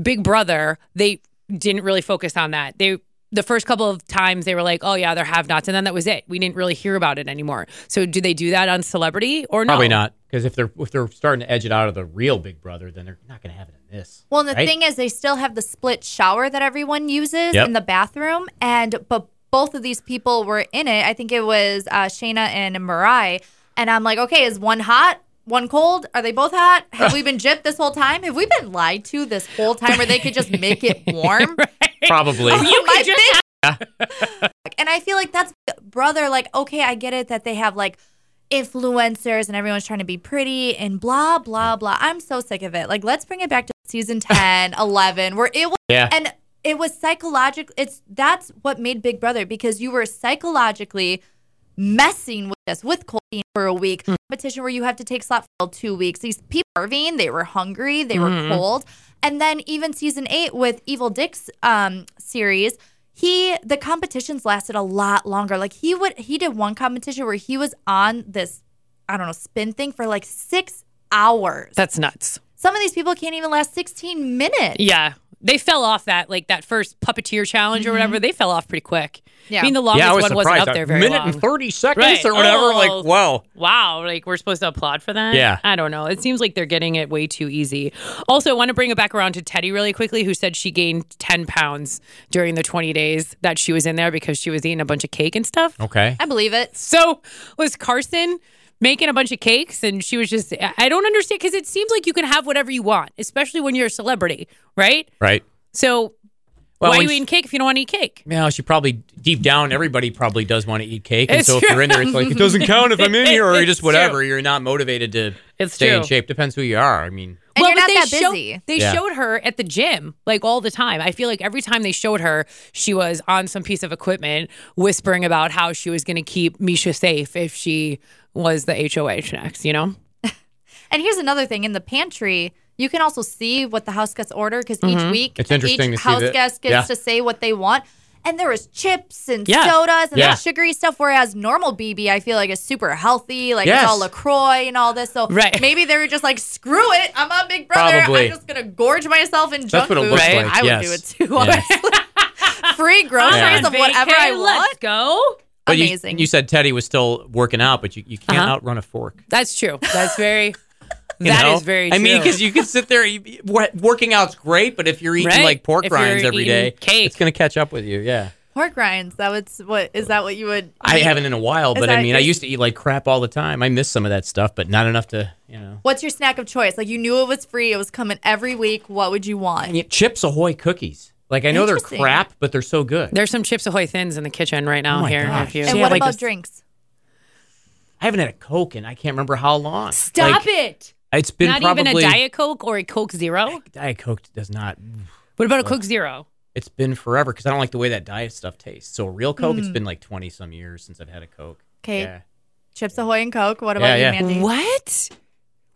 Speaker 1: Big Brother, they didn't really focus on that. They the first couple of times they were like, "Oh yeah, they're have nots," and then that was it. We didn't really hear about it anymore. So do they do that on Celebrity or no?
Speaker 2: Probably not because if they're if they're starting to edge it out of the real Big Brother, then they're not going to have it in this.
Speaker 3: Well, and the
Speaker 2: right?
Speaker 3: thing is, they still have the split shower that everyone uses
Speaker 2: Yep.
Speaker 3: in the bathroom, and but both of these people were in it. I think it was uh, Shayna and Mariah. And I'm like, okay, is one hot? One cold? Are they both hot? Have we been gypped this whole time? Have we been lied to this whole time where they could just make it warm?
Speaker 2: Probably.
Speaker 1: You
Speaker 3: My
Speaker 1: could just
Speaker 3: big- and I feel like that's brother. Like, okay, I get it that they have like influencers and everyone's trying to be pretty and blah blah blah. I'm so sick of it. Like, let's bring it back to season 10, 11, where it was
Speaker 2: Yeah.
Speaker 3: and it was psychological. It's that's what made Big Brother because you were psychologically messing with us with cocaine for a week competition where you have to take slot fill two weeks. These people starving, they were hungry, they were cold, and then even season eight with Evil Dick's um, series. He the competitions lasted a lot longer. Like he would he did one competition where he was on this I don't know spin thing for like six hours.
Speaker 1: That's nuts.
Speaker 3: Some of these people can't even last sixteen minutes.
Speaker 1: Yeah. They fell off that like that first puppeteer challenge or whatever. They fell off pretty quick.
Speaker 3: Yeah.
Speaker 1: I mean the longest
Speaker 2: yeah, I was
Speaker 1: one
Speaker 2: surprised.
Speaker 1: wasn't up
Speaker 2: A
Speaker 1: there very
Speaker 2: minute
Speaker 1: long.
Speaker 2: and 30 seconds
Speaker 1: Right.
Speaker 2: or whatever.
Speaker 1: Oh.
Speaker 2: Like, wow.
Speaker 1: Wow, like we're supposed to applaud for that?
Speaker 2: Yeah.
Speaker 1: I don't know. It seems like they're getting it way too easy. Also, I want to bring it back around to Teddy really quickly, who said she gained 10 pounds during the 20 days that she was in there because she was eating a bunch of cake and stuff.
Speaker 2: Okay.
Speaker 3: I believe it.
Speaker 1: So was Carson making a bunch of cakes and she was just, I I don't understand because it seems like you can have whatever you want, especially when you're a celebrity, right?
Speaker 2: Right.
Speaker 1: So
Speaker 2: Well,
Speaker 1: why are
Speaker 2: when
Speaker 1: you
Speaker 2: she-
Speaker 1: eating cake if you don't want to eat cake?
Speaker 2: Now she probably deep down, everybody probably does want to eat cake, and
Speaker 1: It's
Speaker 2: so if you're in there, it's like it doesn't count if I'm in here or
Speaker 1: It's
Speaker 2: just
Speaker 1: true.
Speaker 2: whatever. You're not motivated to
Speaker 1: It's
Speaker 2: stay in
Speaker 1: true.
Speaker 2: shape. Depends who you are. I mean,
Speaker 3: And you're
Speaker 1: but
Speaker 3: not that
Speaker 1: they show-
Speaker 3: busy.
Speaker 1: they
Speaker 2: Yeah.
Speaker 1: showed her at the gym like all the time. I feel like every time they showed her, she was on some piece of equipment whispering about how she was going to keep Misha safe if she was the HOH next, you know?
Speaker 3: And here's another thing in the pantry, you can also see what the house guests order because each week,
Speaker 2: It's interesting
Speaker 3: each
Speaker 2: to see
Speaker 3: house
Speaker 2: that-
Speaker 3: guest gets
Speaker 2: yeah.
Speaker 3: to say what they want. And there was chips and
Speaker 1: Yeah.
Speaker 3: sodas and
Speaker 2: Yeah.
Speaker 3: that sugary stuff, whereas normal BB, I feel like is super healthy, like
Speaker 2: Yes.
Speaker 3: it's all Lacroix and all this. So
Speaker 1: Right.
Speaker 3: maybe they were just like, "Screw it, I'm on Big Brother.
Speaker 2: Probably.
Speaker 3: I'm just gonna gorge myself in junk
Speaker 2: what it
Speaker 3: food."
Speaker 2: looks
Speaker 1: Right.
Speaker 2: like,
Speaker 3: I would
Speaker 2: yes.
Speaker 3: do it too.
Speaker 2: Yeah.
Speaker 3: honestly. Free groceries
Speaker 2: Yeah.
Speaker 3: of whatever I
Speaker 1: Vacay, Let's
Speaker 3: want.
Speaker 1: go.
Speaker 2: but you,
Speaker 3: Amazing.
Speaker 2: you said Teddy was still working out, but you, you can't
Speaker 1: Uh-huh.
Speaker 2: outrun a fork.
Speaker 1: That's true. That's very,
Speaker 2: you
Speaker 1: That
Speaker 2: know?
Speaker 1: is very true.
Speaker 2: I mean, because you can sit there. You, wor- working out's great, but if you're eating
Speaker 1: Right.
Speaker 2: like pork
Speaker 1: If you're
Speaker 2: rinds every
Speaker 1: eating
Speaker 2: day,
Speaker 1: cake.
Speaker 2: it's gonna catch up with you. Yeah.
Speaker 3: Pork rinds. That would what is that? What you would?
Speaker 2: I haven't in a while, but I
Speaker 3: that
Speaker 2: mean, I
Speaker 3: your-
Speaker 2: used to eat like crap all the time. I miss some of that stuff, but not enough to, you know.
Speaker 3: What's your snack of choice? Like you knew it was free, it was coming every week. What would you want?
Speaker 2: Yeah, Chips Ahoy cookies. Like I know they're
Speaker 3: Interesting.
Speaker 2: crap, but they're so good.
Speaker 1: there's some Chips Ahoy Thins in the kitchen right now
Speaker 2: Oh my
Speaker 1: here.
Speaker 2: gosh.
Speaker 1: If you,
Speaker 2: Yeah,
Speaker 3: And what
Speaker 2: like
Speaker 3: about
Speaker 2: this-
Speaker 3: drinks?
Speaker 2: I haven't had a Coke in I can't remember how long.
Speaker 1: Stop it.
Speaker 2: it. It's been
Speaker 1: Not
Speaker 2: probably
Speaker 1: even a Diet Coke or a Coke Zero?
Speaker 2: Diet Coke does not.
Speaker 1: What about a Coke Zero?
Speaker 2: It's been forever because I don't like the way that diet stuff tastes. So real Coke,
Speaker 1: Hmm.
Speaker 2: it's been like twenty some years since I've had a Coke.
Speaker 3: Okay.
Speaker 2: Yeah.
Speaker 3: Chips Ahoy and Coke. What about
Speaker 2: yeah.
Speaker 3: you, Mandy?
Speaker 1: What?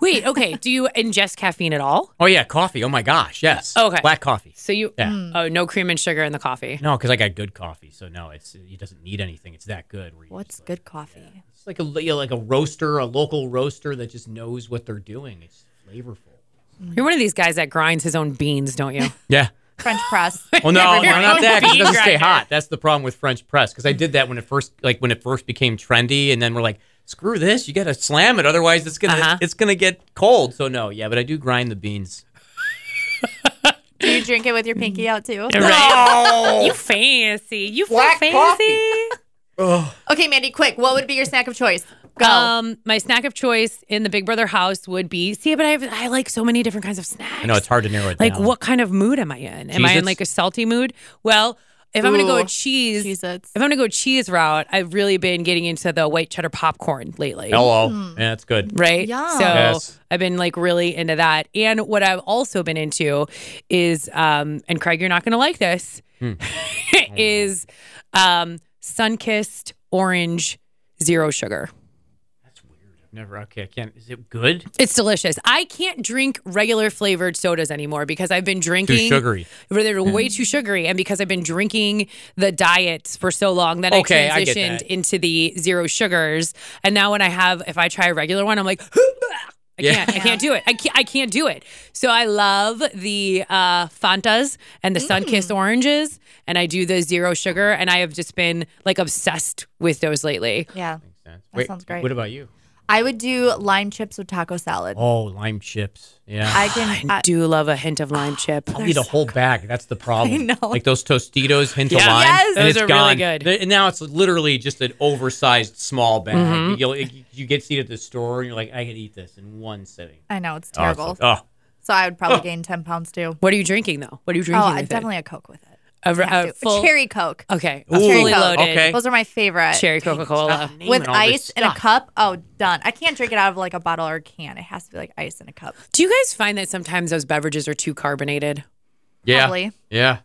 Speaker 1: Wait, okay. Do you ingest caffeine at all?
Speaker 2: Oh yeah, coffee. Oh my gosh, yes.
Speaker 1: Okay.
Speaker 2: Black coffee.
Speaker 1: So you,
Speaker 2: Yeah.
Speaker 1: oh, no cream and sugar in the coffee.
Speaker 2: No, because I got good coffee, so no, it's it doesn't need anything. It's that good. where you
Speaker 3: What's
Speaker 2: just, like-
Speaker 3: good coffee?
Speaker 2: It's like a you know, like a roaster, a local roaster that just knows what they're doing. It's flavorful.
Speaker 1: You're one of these guys that grinds his own beans, don't you?
Speaker 2: Yeah.
Speaker 3: French press.
Speaker 2: Well, no, no, not that. 'cause It doesn't stay
Speaker 1: grinder.
Speaker 2: hot. That's the problem with French press. Because I did that when it first, like when it first became trendy, and then we're like, screw this, you got to slam it, otherwise it's gonna,
Speaker 1: Uh-huh.
Speaker 2: it's gonna get cold. So no, yeah, but I do grind the beans.
Speaker 3: Do you drink it with your pinky out too?
Speaker 1: You fancy. You feel
Speaker 2: Black
Speaker 1: fancy.
Speaker 3: Okay, Mandy, quick. What would be your snack of choice? Go.
Speaker 1: Um, my snack of choice in the Big Brother house would be see, but I have, I like so many different kinds of snacks.
Speaker 2: I know it's hard to narrow it
Speaker 1: Like,
Speaker 2: down.
Speaker 1: what kind of mood am I in? Am I in
Speaker 2: Cheez-Its?
Speaker 1: like a salty mood? Well, if I'm gonna go
Speaker 3: Ooh,
Speaker 1: cheese,
Speaker 3: Cheez-Its.
Speaker 1: if I'm gonna go cheese route, I've really been getting into the white cheddar popcorn lately.
Speaker 2: Hello, yeah, that's good.
Speaker 1: Hmm. right?
Speaker 3: Yum.
Speaker 1: So
Speaker 2: Yes.
Speaker 1: I've been like really into that. And what I've also been into is, um, and Craig, you're not going to like this, is um, sun-kissed orange zero sugar.
Speaker 2: I've never. Okay, I can't. Is it good?
Speaker 1: It's delicious. I can't drink regular flavored sodas anymore because I've been drinking
Speaker 2: sugary.
Speaker 1: Where They're way too sugary, and because I've been drinking the diets for so long, then
Speaker 2: Okay,
Speaker 1: I
Speaker 2: I get
Speaker 1: transitioned
Speaker 2: that.
Speaker 1: into the zero sugars. And now when I have, if I try a regular one, I'm like, I
Speaker 2: Yeah.
Speaker 1: can't, I can't do it. I can't, I can't do it. So I love the uh, Fantas and the sun kissed
Speaker 2: Mm.
Speaker 1: oranges, and I do the zero sugar, and I have just been like obsessed with those lately.
Speaker 3: yeah.
Speaker 2: Makes sense.
Speaker 3: sounds great.
Speaker 2: What about you?
Speaker 3: I would do lime chips with taco salad.
Speaker 2: Oh, lime chips. Yeah.
Speaker 3: I can.
Speaker 1: I
Speaker 3: I,
Speaker 1: do love a hint of
Speaker 2: Ah,
Speaker 1: lime chip.
Speaker 2: I'll eat a whole bag. That's the problem.
Speaker 3: I know.
Speaker 2: Like those Tostitos, hint of
Speaker 1: Yeah.
Speaker 2: lime. and
Speaker 3: Yes.
Speaker 1: Those
Speaker 2: it's
Speaker 1: are really
Speaker 2: gone.
Speaker 1: good.
Speaker 2: Th- And now it's literally just an oversized small bag.
Speaker 1: Mm-hmm.
Speaker 2: You'll, you get seated at the store and you're like, I could eat this in one sitting.
Speaker 3: I know it's
Speaker 2: Oh, it's
Speaker 3: terrible.
Speaker 2: like, oh.
Speaker 3: So I would probably gain ten pounds too.
Speaker 1: What are you drinking though? What are you
Speaker 3: Oh,
Speaker 1: drinking?
Speaker 3: I
Speaker 1: with it?
Speaker 3: definitely a Coke with it.
Speaker 1: A,
Speaker 3: I have
Speaker 1: a
Speaker 3: to.
Speaker 1: full,
Speaker 3: cherry Coke.
Speaker 1: Okay, a
Speaker 2: Ooh.
Speaker 1: fully
Speaker 3: Cherry Coke.
Speaker 1: loaded
Speaker 2: Okay.
Speaker 3: Those are my favorite.
Speaker 1: cherry Coca Cola.
Speaker 3: with
Speaker 2: all this
Speaker 3: ice in a
Speaker 2: stuff.
Speaker 3: cup. Oh, done. I can't drink it out of like a bottle or a can. It has to be like ice in a cup.
Speaker 1: Do you guys find that sometimes those beverages are too carbonated?
Speaker 2: Yeah.
Speaker 3: Probably.
Speaker 2: Yeah.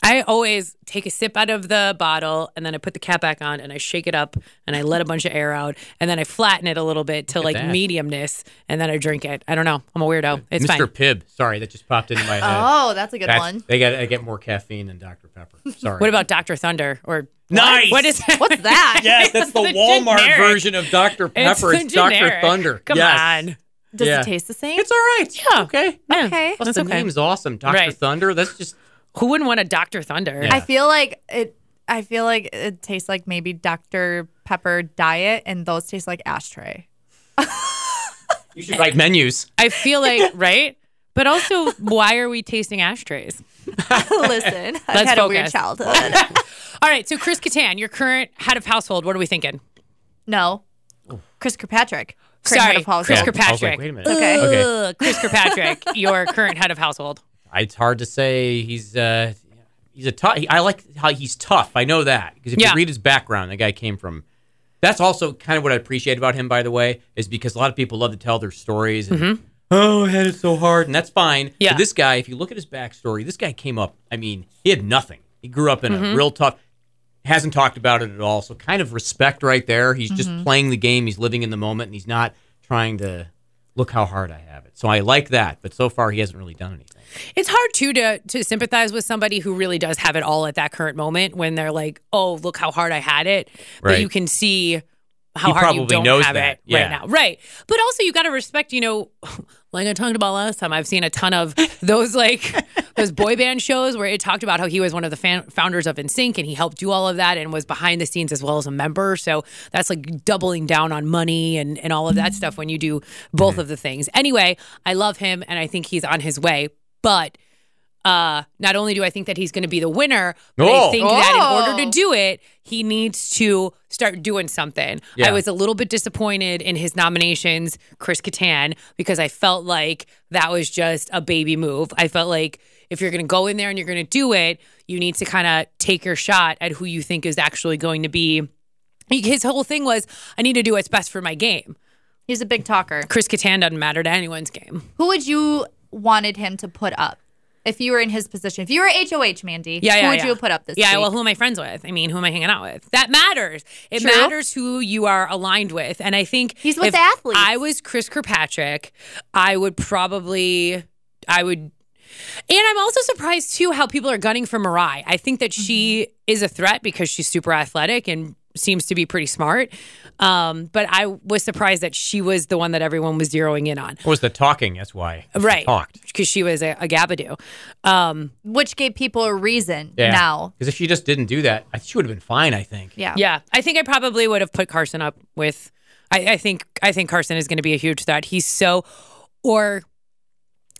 Speaker 1: I always take a sip out of the bottle and then I put the cap back on and I shake it up and I let a bunch of air out and then I flatten it a little bit to like
Speaker 2: that.
Speaker 1: mediumness and then I drink it. I don't know. I'm a weirdo. It's
Speaker 2: Mr.
Speaker 1: fine.
Speaker 2: Pibb. Sorry, that just popped into my head.
Speaker 3: Oh, that's a good
Speaker 2: That's-
Speaker 3: one.
Speaker 2: They got to get more caffeine than Dr. Pepper. Sorry.
Speaker 1: What about Dr. Thunder or
Speaker 2: Nice!
Speaker 1: What is that?
Speaker 3: What's that?
Speaker 2: Yes, that's the,
Speaker 1: the
Speaker 2: Walmart
Speaker 1: generic.
Speaker 2: version of Dr.
Speaker 1: It's,
Speaker 2: Pepper. It's,
Speaker 1: the
Speaker 2: Dr.
Speaker 1: generic.
Speaker 2: Thunder.
Speaker 1: Come
Speaker 2: Yes.
Speaker 1: on.
Speaker 3: Does
Speaker 2: Yeah.
Speaker 3: it taste the same?
Speaker 2: It's all right.
Speaker 1: Yeah.
Speaker 2: Okay.
Speaker 1: Yeah.
Speaker 3: Okay.
Speaker 2: Plus,
Speaker 1: That's
Speaker 2: the
Speaker 1: okay.
Speaker 2: name's awesome. Dr.
Speaker 1: Right.
Speaker 2: Thunder. That's just
Speaker 1: Who wouldn't want a Dr. Thunder?
Speaker 2: Yeah.
Speaker 3: I feel like it. I feel like it tastes like maybe Dr Pepper diet, and those taste like ashtray.
Speaker 2: You should write menus.
Speaker 1: I feel like, right? But also, why are we tasting ashtrays?
Speaker 3: Listen, I've
Speaker 1: Let's
Speaker 3: had a weird
Speaker 1: focus.
Speaker 3: childhood.
Speaker 1: All right. So, Chris Kattan, your current head of household, what are we thinking?
Speaker 3: no, Chris Kirkpatrick. Current head
Speaker 1: Sorry,
Speaker 3: of household.
Speaker 1: Chris
Speaker 2: Yeah. I was
Speaker 1: Kirkpatrick.
Speaker 2: like, wait a minute.
Speaker 3: Okay.
Speaker 2: Okay.
Speaker 1: Ugh, Chris Kirkpatrick, your current head of household.
Speaker 2: It's hard to say. He's uh, he's a tough. I like how he's tough. I know that because if
Speaker 1: Yeah.
Speaker 2: you read his background, the guy came from. That's also kind of what I appreciate about him, by the way, is because a lot of people love to tell their stories. And, Oh, I had it so hard, and that's fine.
Speaker 1: Mm-hmm. Yeah.
Speaker 2: But this guy, if you look at his backstory, this guy came up. I mean, he had nothing. He grew up in
Speaker 1: Mm-hmm.
Speaker 2: a real tough. Hasn't talked about it at all. So kind of respect right there. He's
Speaker 1: Mm-hmm.
Speaker 2: just playing the game. He's living in the moment, and he's not trying to look how hard I have it. So I like that. But so far, he hasn't really done anything.
Speaker 1: It's hard too to to sympathize with somebody who really does have it all at that current moment when they're like, "Oh, look how hard I had it," but
Speaker 2: Right.
Speaker 1: you can see how
Speaker 2: He
Speaker 1: hard you
Speaker 2: probably
Speaker 1: don't
Speaker 2: knows
Speaker 1: have
Speaker 2: that,
Speaker 1: it
Speaker 2: yeah.
Speaker 1: right now, right? But also, you got to respect, you know, like I talked about last time. I've seen a ton of those like those boy band shows where it talked about how he was one of the fan- founders of NSYNC and he helped do all of that and was behind the scenes as well as a member. So that's like doubling down on money and and all of
Speaker 2: Mm-hmm.
Speaker 1: that stuff when you do both of the things. Anyway, I love him and I think he's on his way, but uh, not only do I think that he's going to be the winner, but I
Speaker 2: Oh.
Speaker 1: think that in
Speaker 3: Oh.
Speaker 1: order to do it, he needs to start doing something. I
Speaker 2: Yeah.
Speaker 1: was a little bit disappointed in his nominations, Chris Kattan, because I felt like that was just a baby move. I felt like if you're going to go in there and you're going to do it, you need to kind of take your shot at who you think is actually going to be. His whole thing was, I need to do what's best for my game.
Speaker 3: He's a big talker.
Speaker 1: Chris Kattan doesn't matter to anyone's game.
Speaker 3: Who would you wanted him to put up if you were in his position? If you were HOH, Mandy,
Speaker 1: Yeah, yeah.
Speaker 3: who would
Speaker 1: yeah.
Speaker 3: you put up this
Speaker 1: Yeah,
Speaker 3: week?
Speaker 1: well, who am I friends with? I mean, who am I hanging out with? That matters. It
Speaker 3: True.
Speaker 1: matters who you are aligned with. And I think
Speaker 3: He's with
Speaker 1: if
Speaker 3: the athletes.
Speaker 1: I was Chris Kirkpatrick, I would probably I would and I'm also surprised too how people are gunning for Mirai. I think that she
Speaker 3: Mm-hmm.
Speaker 1: is a threat because she's super athletic and seems to be pretty smart. Um, but I was surprised that she was the one that everyone was zeroing in on.
Speaker 2: What was the talking? That's why. She
Speaker 1: Right.
Speaker 2: Talked.
Speaker 1: Because she was a, a gabadoo. Um,
Speaker 3: Which gave people a reason
Speaker 2: Yeah.
Speaker 3: now.
Speaker 2: Because if she just didn't do that, I- she would have been fine, I think.
Speaker 3: Yeah.
Speaker 1: Yeah, I think I probably would have put Carson up with. I, I think I think Carson is going to be a huge threat. He's so, or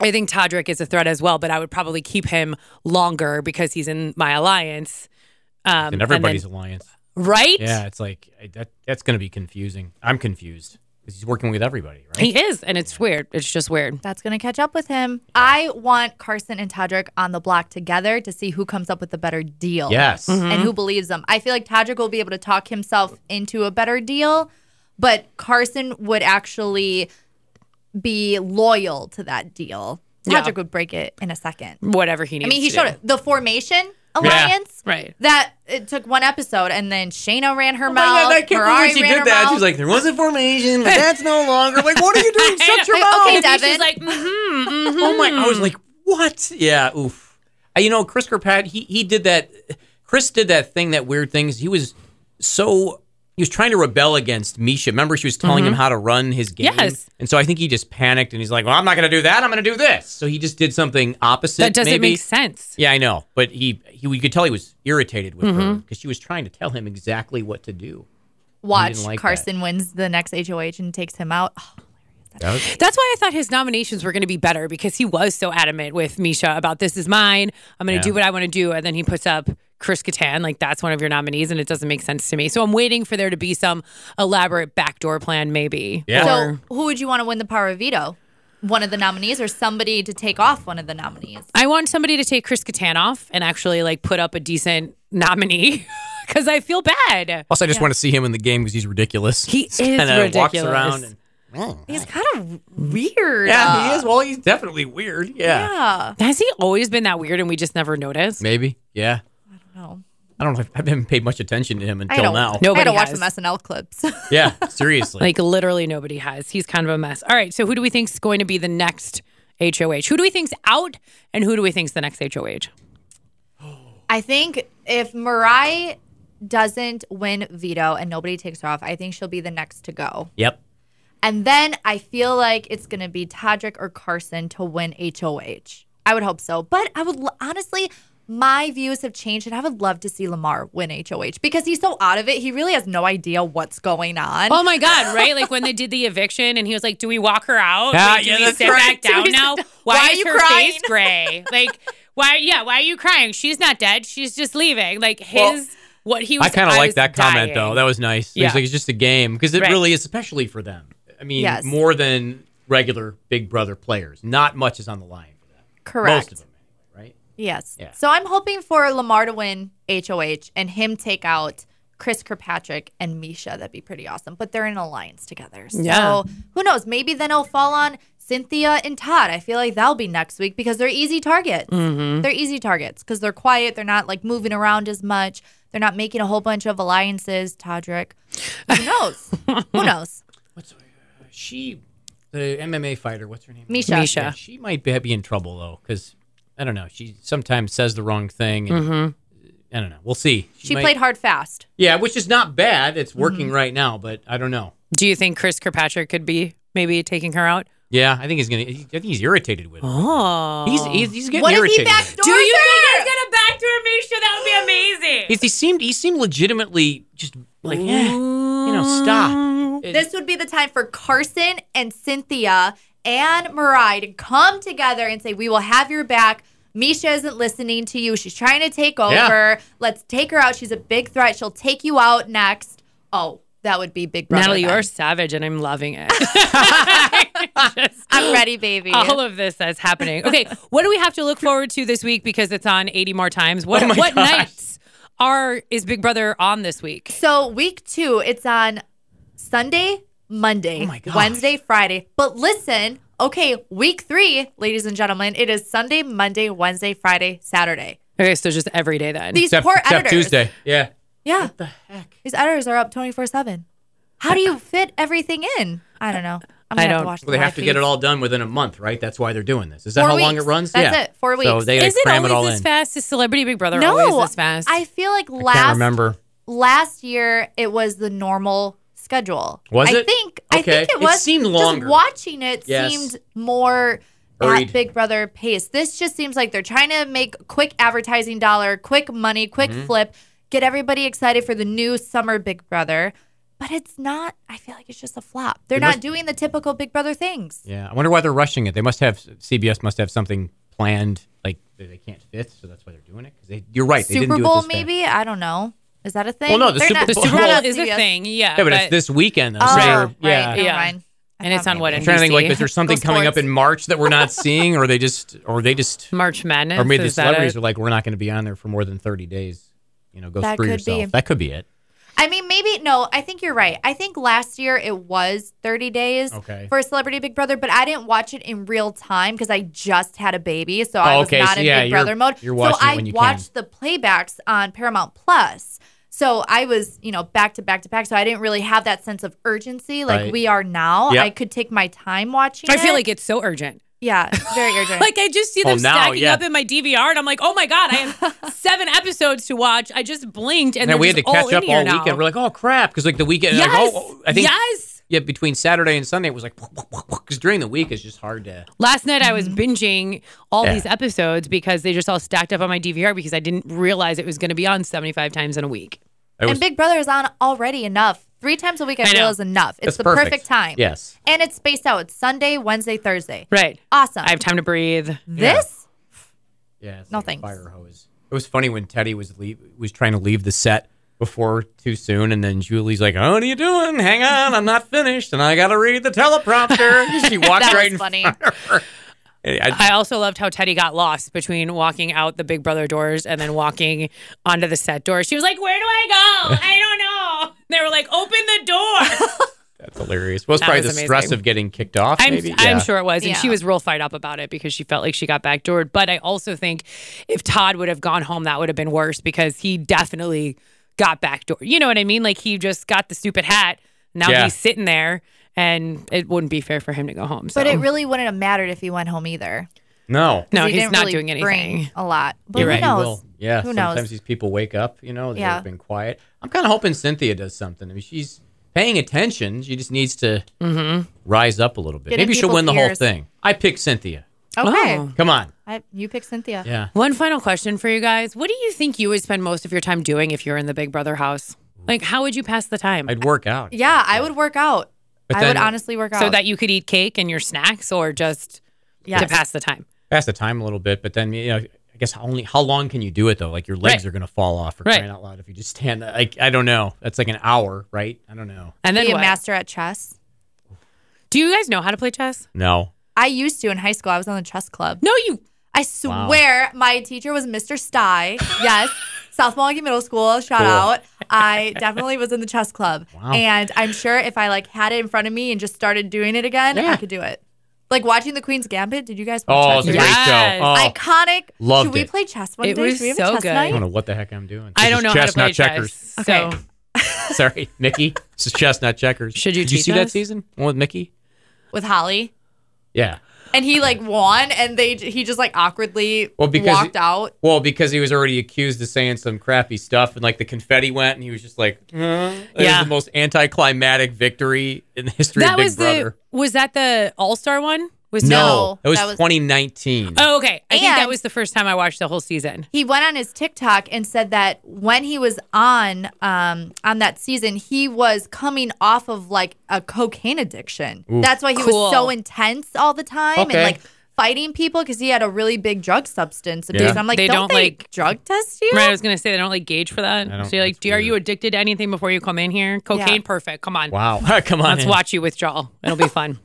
Speaker 1: I think Todrick is a threat as well. But I would probably keep him longer because he's in my alliance. Um,
Speaker 2: And
Speaker 1: then-
Speaker 2: everybody's alliance.
Speaker 1: right.
Speaker 2: Yeah, it's like I- that. That's going to be confusing. I'm confused because he's working with everybody, right?
Speaker 1: He is, and it's weird. It's just weird.
Speaker 3: That's going to catch up with him. I want Carson and Todrick on the block together to see who comes up with the better deal.
Speaker 2: yes.
Speaker 3: and who believes them. I feel like Todrick will be able to talk himself into a better deal, but Carson would actually be loyal to that deal. Todrick
Speaker 1: Yeah.
Speaker 3: would break it in a second.
Speaker 1: Whatever he
Speaker 3: I
Speaker 1: needs.
Speaker 3: mean, he
Speaker 1: to
Speaker 3: showed
Speaker 1: do.
Speaker 3: it. The formation alliance.
Speaker 1: Right.
Speaker 3: That it took one episode, and then Shayna ran her
Speaker 2: Oh my
Speaker 3: mouth.
Speaker 2: God, I can't believe
Speaker 3: Mirari
Speaker 2: when she
Speaker 3: ran her
Speaker 2: did that.
Speaker 3: mouth.
Speaker 2: She was like, "There was a formation, but that's no longer." Like, what are you doing? Shut your
Speaker 3: Like,
Speaker 2: mouth!
Speaker 3: okay,
Speaker 1: And then
Speaker 3: Devin.
Speaker 1: She's like, mhm, mhm.
Speaker 2: Oh my! I was like, "What?" Yeah. Oof. Uh, you know, Chris Kirkpat. He he did that. Chris did that thing. That weird thing. He was so he was trying to rebel against Misha. Remember, she was telling him how to run his game.
Speaker 1: Mm-hmm. Yes.
Speaker 2: And so I think he just panicked and he's like, "Well, I'm not going to do that. I'm going to do this." So he just did something opposite.
Speaker 1: that doesn't
Speaker 2: maybe.
Speaker 1: make sense.
Speaker 2: Yeah, I know, but
Speaker 1: Mm-hmm.
Speaker 2: he, he you could tell he was irritated with her because she was trying to tell him exactly what to do.
Speaker 3: watch
Speaker 2: like that.
Speaker 3: Carson wins the next HOH and takes him out. Oh,
Speaker 2: That was-
Speaker 1: That's why I thought his nominations were going to be better because he was so adamant with Misha about this is mine. I'm going to
Speaker 2: Yeah.
Speaker 1: do what I want to do. And then he puts up Chris Kattan, like that's one of your nominees, and it doesn't make sense to me. So I'm waiting for there to be some elaborate backdoor plan, maybe.
Speaker 2: Yeah.
Speaker 1: Or-
Speaker 3: So who would you want to win the power of veto? One of the nominees or somebody to take off one of the nominees?
Speaker 1: I want somebody to take Chris Kattan off and actually like put up a decent nominee because I feel bad.
Speaker 2: also, I just want to see him in the game because he's ridiculous.
Speaker 1: He is
Speaker 2: He's kinda Walks
Speaker 1: ridiculous.
Speaker 2: around. And,
Speaker 3: He's kind of weird.
Speaker 2: yeah,
Speaker 3: Uh,
Speaker 2: he is. Well, he's definitely weird. Yeah.
Speaker 3: Yeah.
Speaker 1: Has he always been that weird and we just never noticed?
Speaker 2: Maybe. Yeah.
Speaker 3: No.
Speaker 2: I don't know. If, I haven't paid much attention to him
Speaker 3: Oh. I
Speaker 2: until
Speaker 3: don't
Speaker 2: now.
Speaker 1: No.
Speaker 3: I had to
Speaker 1: Nobody
Speaker 3: watch
Speaker 1: has.
Speaker 3: some SNL clips.
Speaker 2: Yeah. Seriously.
Speaker 1: Like literally nobody has. He's kind of a mess. All right, so who do we think's going to be the next HOH? Who do we think's out and who do we think's the next HOH?
Speaker 3: I think if Mariah doesn't win veto and nobody takes her off, I think she'll be the next to go.
Speaker 2: yep.
Speaker 3: And then I feel like it's going to be Todrick or Carson to win HOH. I would hope so. But I would l- honestly, my views have changed and I would love to see Lamar win HOH because he's so out of it. He really has no idea what's going on.
Speaker 1: Oh my God, right? Like when they did the eviction and he was like, Do we walk her out?
Speaker 2: Ah,
Speaker 1: Like, do
Speaker 2: yeah,
Speaker 1: we
Speaker 2: that's
Speaker 1: sit back
Speaker 2: right.
Speaker 3: Do we
Speaker 1: down
Speaker 3: sit
Speaker 1: now?
Speaker 3: down?
Speaker 1: Why,
Speaker 3: Why are
Speaker 1: is
Speaker 3: you
Speaker 1: her
Speaker 3: crying?
Speaker 1: face gray? Like, why yeah, why are you crying? She's not dead. She's just leaving. Like his
Speaker 2: Well,
Speaker 1: what he was
Speaker 2: I kind of
Speaker 1: was
Speaker 2: like that
Speaker 1: dying.
Speaker 2: comment though. That was nice.
Speaker 1: Yeah.
Speaker 2: It's like it's just a game because it
Speaker 1: Right.
Speaker 2: really is, especially for them. I mean,
Speaker 3: Yes.
Speaker 2: more than regular Big Brother players. Not much is on the line for that.
Speaker 3: Correct.
Speaker 2: Most of them, anyway, right?
Speaker 3: Yes.
Speaker 2: Yeah.
Speaker 3: So I'm hoping for Lamar to win HOH and him take out Chris Kirkpatrick and Misha. That'd be pretty awesome. But they're in an alliance together. So
Speaker 1: Yeah.
Speaker 3: who knows? Maybe then it'll fall on Cynthia and Todd. I feel like that'll be next week because they're easy targets.
Speaker 1: Mm-hmm.
Speaker 3: They're easy targets because they're quiet. They're not like moving around as much. They're not making a whole bunch of alliances, Todrick. Who knows? who knows?
Speaker 2: What's uh, she? The MMA fighter. What's her name?
Speaker 3: Misha.
Speaker 1: Misha.
Speaker 2: Yeah, she might be, be in trouble though, because I don't know. She sometimes says the wrong thing. And, I don't know. We'll see.
Speaker 3: She
Speaker 2: might-
Speaker 3: played hard fast.
Speaker 2: Yeah, which is not bad. It's working
Speaker 3: Mm-hmm.
Speaker 2: right now, but I don't know.
Speaker 1: Do you think Chris Kirkpatrick could be maybe taking her out?
Speaker 2: Yeah, I think he's gonna. I think he's irritated with. It.
Speaker 1: Oh.
Speaker 2: He's, he's he's getting
Speaker 3: What if he
Speaker 2: irritated. with it.
Speaker 3: backdoors
Speaker 1: Do you think
Speaker 3: her?
Speaker 1: he's gonna backdoor Misha? That would be amazing.
Speaker 2: He, he seemed he seemed legitimately just like eh, you know stop. It-
Speaker 3: This would be the time for Carson and Cynthia and Mariah to come together and say, We will have your back. Misha isn't listening to you. She's trying to take over. Let's take her out. She's a big threat. She'll take you out next. Oh, that would be big brother.
Speaker 1: Natalie,
Speaker 3: then.
Speaker 1: you're savage, and I'm loving it.
Speaker 3: I'm ready, baby.
Speaker 1: All of this that's happening. Okay, what do we have to look forward to this week because it's on 80 more times? What
Speaker 2: Oh my
Speaker 1: what
Speaker 2: gosh.
Speaker 1: nights are is Big Brother on this week?
Speaker 3: so, week two, it's on Sunday, Monday,
Speaker 2: Oh my gosh.
Speaker 3: Wednesday, Friday. But listen, okay, week three, ladies and gentlemen, it is Sunday, Monday, Wednesday, Friday, Saturday.
Speaker 1: Okay, so just every day then.
Speaker 3: These
Speaker 2: except,
Speaker 3: poor
Speaker 2: except
Speaker 3: editors.
Speaker 2: Tuesday. Yeah.
Speaker 3: Yeah.
Speaker 2: The heck.
Speaker 3: These editors are up 24 7. How do you fit everything in? I don't know. I'm
Speaker 1: I
Speaker 3: gonna have
Speaker 1: don't-
Speaker 3: to watch
Speaker 2: Well, they
Speaker 3: the
Speaker 2: have to get it all done within a month, right? That's why they're doing this. Is that
Speaker 3: Four
Speaker 2: how long it
Speaker 3: weeks.
Speaker 2: runs?
Speaker 3: That's
Speaker 2: yeah.
Speaker 3: it, four
Speaker 2: So
Speaker 3: weeks.
Speaker 2: they gotta
Speaker 1: Is it
Speaker 2: cram
Speaker 1: always
Speaker 2: it all
Speaker 1: as
Speaker 2: in.
Speaker 1: fast as Celebrity Big Brother?
Speaker 3: No,
Speaker 1: always this fast.
Speaker 3: I feel like
Speaker 2: I
Speaker 3: last
Speaker 2: can't remember.
Speaker 3: last year it was the normal schedule.
Speaker 2: Was
Speaker 3: I
Speaker 2: it?
Speaker 3: think I
Speaker 2: Okay.
Speaker 3: think
Speaker 2: It
Speaker 3: it was.
Speaker 2: seemed
Speaker 3: Just
Speaker 2: longer.
Speaker 3: watching it
Speaker 2: Yes.
Speaker 3: seemed more
Speaker 2: Hurried.
Speaker 3: at Big Brother pace. This just seems like they're trying to make quick advertising dollar, quick money, quick
Speaker 2: Mm-hmm.
Speaker 3: flip, get everybody excited for the new summer Big Brother. But it's not. I feel like it's just a flop. They're
Speaker 2: It
Speaker 3: not
Speaker 2: must-
Speaker 3: doing the typical Big Brother things.
Speaker 2: Yeah. I wonder why they're rushing it. They must have CBS must have something planned like that they can't fit, so that's why they're doing it. Because they, you're right. They
Speaker 3: Super
Speaker 2: didn't do it
Speaker 3: Bowl,
Speaker 2: this fast.
Speaker 3: maybe? I don't know. Is that a thing?
Speaker 2: Well, no, the
Speaker 3: They're
Speaker 2: Super
Speaker 3: not-
Speaker 1: the
Speaker 2: Bowl-
Speaker 1: Super
Speaker 3: they're
Speaker 1: Bowl
Speaker 3: not
Speaker 1: is a
Speaker 3: CBS.
Speaker 1: thing, yeah.
Speaker 2: Yeah, but, it's this weekend though.
Speaker 3: Oh,
Speaker 2: so they're-
Speaker 3: right.
Speaker 2: yeah.
Speaker 3: Never
Speaker 1: Yeah.
Speaker 3: mind. I
Speaker 1: And it's
Speaker 3: thought
Speaker 1: on what,
Speaker 3: maybe.
Speaker 2: I'm trying to think like
Speaker 1: NBC.
Speaker 2: is there something
Speaker 3: Go
Speaker 2: coming up
Speaker 3: sports.
Speaker 2: in March that we're not seeing, or they just or they just
Speaker 1: March Madness.
Speaker 2: or maybe the
Speaker 1: is that
Speaker 2: celebrities
Speaker 1: it?
Speaker 2: are like, we're not going to be on there for more than 30 days. You know, go
Speaker 3: That
Speaker 2: screw
Speaker 3: could be.
Speaker 2: yourself. That could be it.
Speaker 3: I mean, maybe no. I think you're right. I think last year it was 30 days
Speaker 2: Okay.
Speaker 3: for Celebrity Big Brother, but I didn't watch it in real time because I just had a baby, so I
Speaker 2: Oh,
Speaker 3: was
Speaker 2: okay,
Speaker 3: not
Speaker 2: so
Speaker 3: in
Speaker 2: yeah,
Speaker 3: Big
Speaker 2: you're-
Speaker 3: Brother mode.
Speaker 2: you're watching
Speaker 3: so
Speaker 2: it
Speaker 3: I
Speaker 2: when you can.
Speaker 3: watched the playbacks on Paramount Plus. So I was, you know, back to back to back. So I didn't really have that sense of urgency like
Speaker 2: Right.
Speaker 3: we are now.
Speaker 2: Yep.
Speaker 3: I could take my time watching.
Speaker 1: I feel
Speaker 3: it.
Speaker 1: like it's so urgent.
Speaker 3: yeah, it's very urgent.
Speaker 1: Like I just see them
Speaker 2: Oh, now,
Speaker 1: stacking
Speaker 2: yeah.
Speaker 1: up in my DVR, and I'm like, oh my god, I have seven episodes to watch. I just blinked, and
Speaker 2: And
Speaker 1: they're
Speaker 2: we had to
Speaker 1: just
Speaker 2: catch
Speaker 1: all in
Speaker 2: up
Speaker 1: here
Speaker 2: all
Speaker 1: now.
Speaker 2: weekend. We're like, oh crap, because like the weekend,
Speaker 1: yes,
Speaker 2: like, oh, oh, I think
Speaker 1: yes.
Speaker 2: yeah, between Saturday and Sunday it was like because during the week it's just hard to.
Speaker 1: Last night I was binging all
Speaker 2: Yeah.
Speaker 1: these episodes because they just all stacked up on my DVR because I didn't realize it was going to be on 75 times in a week.
Speaker 2: It was,
Speaker 3: and Big Brother is on already enough. Three times a week, I,
Speaker 1: I know.
Speaker 3: feel is enough. It's
Speaker 2: That's
Speaker 3: the
Speaker 2: perfect.
Speaker 3: perfect. time.
Speaker 2: Yes.
Speaker 3: And it's spaced out. It's Sunday, Wednesday, Thursday.
Speaker 1: Right.
Speaker 3: Awesome.
Speaker 1: I have time to breathe.
Speaker 3: this?
Speaker 2: Yeah. It's
Speaker 3: No
Speaker 2: like a
Speaker 3: thanks.
Speaker 2: Fire hose. It was funny when Teddy was leave, was trying to leave the set before too soon, and then Julie's like, "Oh, what are you doing? Hang on, I'm not finished, and I gotta read the teleprompter." she walked
Speaker 3: That
Speaker 2: right
Speaker 3: was
Speaker 2: in
Speaker 3: funny.
Speaker 2: front of her. And I-
Speaker 1: I also loved how Teddy got lost between walking out the Big Brother doors and then walking onto the set door. She was like, Where do I go? I don't know. They were like, Open the door.
Speaker 2: that's hilarious. Well, it's
Speaker 1: That
Speaker 2: probably the
Speaker 1: was
Speaker 2: stress
Speaker 1: amazing.
Speaker 2: of getting kicked off.
Speaker 1: I'm,
Speaker 2: maybe.
Speaker 1: I'm
Speaker 2: Yeah.
Speaker 1: sure it was. And she
Speaker 3: Yeah.
Speaker 1: was real fired up about it because she felt like she got backdoored. But I also think if Todd would have gone home, that would have been worse because he definitely got backdoored. You know what I mean? Like he just got the stupid hat. Now
Speaker 2: Yeah.
Speaker 1: he's sitting there and it wouldn't be fair for him to go home. So.
Speaker 3: But it really wouldn't have mattered if he went home either. 'cause
Speaker 2: No.
Speaker 1: no,
Speaker 3: he
Speaker 1: he's
Speaker 3: didn't
Speaker 1: not
Speaker 3: really
Speaker 1: doing
Speaker 3: bring
Speaker 1: anything.
Speaker 3: a lot. But
Speaker 1: You're
Speaker 3: who
Speaker 1: right, he
Speaker 3: knows?
Speaker 2: Well, yeah.
Speaker 3: Who
Speaker 2: sometimes
Speaker 3: knows?
Speaker 2: these people wake up, you know, they've
Speaker 3: Yeah.
Speaker 2: been quiet. I'm kind of hoping Cynthia does something. I mean, she's paying attention. She just needs to rise up a little bit.
Speaker 3: Mm-hmm. Get in
Speaker 2: Maybe she'll win the
Speaker 3: people's
Speaker 2: whole
Speaker 3: ears.
Speaker 2: thing. I pick Cynthia.
Speaker 3: Okay.
Speaker 1: Oh.
Speaker 2: Come on.
Speaker 3: I, you pick Cynthia.
Speaker 2: Yeah.
Speaker 1: One final question for you guys. What do you think you would spend most of your time doing if you're in the Big Brother house? Like, how would you pass the time?
Speaker 2: I'd work out.
Speaker 3: Yeah, I would work out.
Speaker 2: But
Speaker 3: I would
Speaker 2: then-
Speaker 3: honestly work out.
Speaker 1: so that you could eat cake and your snacks or just
Speaker 3: Yes.
Speaker 1: to pass the time?
Speaker 2: Pass the time a little bit, but then, you know, I guess how only how long can you do it though? Like your legs
Speaker 1: Right.
Speaker 2: are going to fall off or
Speaker 1: Right.
Speaker 2: crying out loud if you just stand. Like, I don't know. That's like an hour, right? I don't know.
Speaker 1: And then
Speaker 3: be a
Speaker 1: what?
Speaker 3: master at chess.
Speaker 1: do you guys know how to play chess?
Speaker 2: No.
Speaker 3: I used to in high school. I was on the chess club.
Speaker 1: No, you.
Speaker 3: I swear my teacher was Mr. Sty. Yes. South Milwaukee Middle School, shout
Speaker 2: Cool.
Speaker 3: out. I definitely was in the chess club.
Speaker 2: Wow.
Speaker 3: And I'm sure if I like had it in front of me and just started doing it again,
Speaker 2: Yeah.
Speaker 3: I could do it. Like watching The Queen's Gambit, did you guys play
Speaker 2: Oh,
Speaker 3: chess?
Speaker 2: it's a
Speaker 1: Yeah.
Speaker 2: great show.
Speaker 1: Yes.
Speaker 2: Oh, I,
Speaker 3: Iconic.
Speaker 2: Loved
Speaker 3: Should we
Speaker 2: it.
Speaker 3: play chess one
Speaker 1: It
Speaker 3: day?
Speaker 1: was
Speaker 3: Should we have
Speaker 1: so
Speaker 3: a chess
Speaker 1: good.
Speaker 2: don't
Speaker 3: night?
Speaker 2: know what the heck I'm doing.
Speaker 1: I
Speaker 2: This
Speaker 1: don't
Speaker 2: is
Speaker 1: know
Speaker 2: chess,
Speaker 1: how to play
Speaker 2: not checkers.
Speaker 1: chess.
Speaker 3: Okay.
Speaker 1: So
Speaker 2: Sorry, Nikki. This is Chestnut Checkers.
Speaker 1: Should you
Speaker 2: Did you
Speaker 1: cheat
Speaker 2: see that
Speaker 1: us?
Speaker 2: season? One with Mickey?
Speaker 3: With Holly.
Speaker 2: Yeah.
Speaker 3: And he like won and they he just like awkwardly
Speaker 2: Well, because-
Speaker 3: walked out.
Speaker 2: Well, because he was already accused of saying some crappy stuff, and like the confetti went, and he was just like, "Huh?" It
Speaker 1: Yeah.
Speaker 2: was the most anticlimactic victory in the history
Speaker 1: that
Speaker 2: of Big
Speaker 1: was
Speaker 2: Brother.
Speaker 1: the. Was that the All Star one? Was
Speaker 3: No,
Speaker 2: that was,
Speaker 3: that was-
Speaker 2: 2019.
Speaker 1: Oh, okay. I think that
Speaker 3: And-
Speaker 1: was the first time I watched the whole season.
Speaker 3: he went on his TikTok and said that when he was on um on that season, he was coming off of like a cocaine addiction. That's why he
Speaker 1: Cool.
Speaker 3: was so intense all the time
Speaker 2: Okay.
Speaker 3: and like fighting people because he had a really big drug substance abuse.
Speaker 2: Yeah.
Speaker 3: I'm like,
Speaker 1: They
Speaker 3: don't,
Speaker 1: don't,
Speaker 3: they
Speaker 1: like-
Speaker 3: drug test you?
Speaker 1: Right, I was gonna say they don't like gauge for that.
Speaker 2: don't-
Speaker 1: So you're like,
Speaker 2: that's
Speaker 1: do, are you addicted to anything before you come in here? Cocaine,
Speaker 3: Yeah.
Speaker 1: perfect. Come on,
Speaker 2: Wow. Come on.
Speaker 1: let's
Speaker 2: in.
Speaker 1: watch you withdrawal. It'll be fun.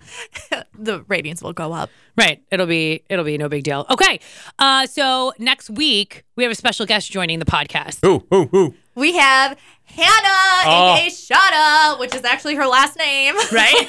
Speaker 3: The ratings will go up.
Speaker 1: Right. It'll be it'll be no big deal. Okay. Uh, so next week we have a special guest joining the podcast.
Speaker 2: Ooh, ooh, ooh.
Speaker 3: We have Hannah,
Speaker 2: Oh.
Speaker 3: aka Shada, which is actually her last name.
Speaker 1: Right?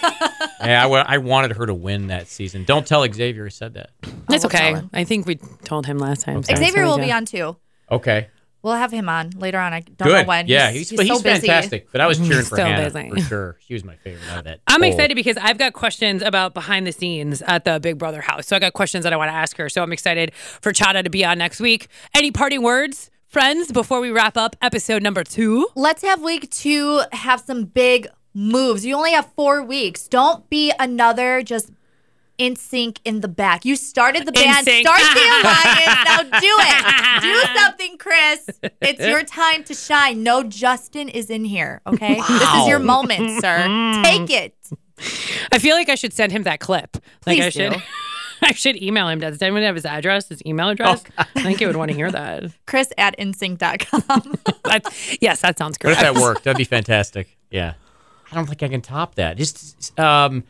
Speaker 2: Yeah, I, wa- I wanted her to win that season. Don't tell Xavier I said that.
Speaker 1: That's
Speaker 3: Oh, we'll tell
Speaker 1: okay.
Speaker 3: him.
Speaker 1: I think we told him last time. so
Speaker 3: Xavier
Speaker 1: it's
Speaker 3: will
Speaker 1: no
Speaker 3: be
Speaker 1: deal.
Speaker 3: on too.
Speaker 2: Okay.
Speaker 3: We'll have him on later on. I don't
Speaker 2: Good.
Speaker 3: know when.
Speaker 2: Yeah, he's, he's,
Speaker 3: so busy.
Speaker 2: fantastic. But I was cheering for
Speaker 1: so
Speaker 2: Hannah
Speaker 1: busy.
Speaker 2: for sure. She was my favorite out of that.
Speaker 1: I'm
Speaker 2: poll.
Speaker 1: excited because I've got questions about behind the scenes at the Big Brother house. So I got questions that I want to ask her. So I'm excited for Chada to be on next week. Any parting words, friends, before we wrap up episode number two?
Speaker 3: let's have week two have some big moves. You only have four weeks. Don't be another just in sync in the back. You started the band,
Speaker 1: NSYNC.
Speaker 3: start the alliance. Now do it. Do something, Chris. It's your time to shine. No, Justin is in here. Okay, this
Speaker 2: Wow.
Speaker 3: is your moment, sir. Take it.
Speaker 1: I feel like I should send him that clip. Like I
Speaker 3: Please
Speaker 1: should
Speaker 3: do.
Speaker 1: I should email him. Does anyone have his address, his email address?
Speaker 3: Oh,
Speaker 1: I think he would want to hear that.
Speaker 3: Chris at insync.com.
Speaker 1: That's, yes, that sounds
Speaker 2: What
Speaker 1: great.
Speaker 2: if that worked? That'd be fantastic. Yeah. I don't think I can top that. Just um,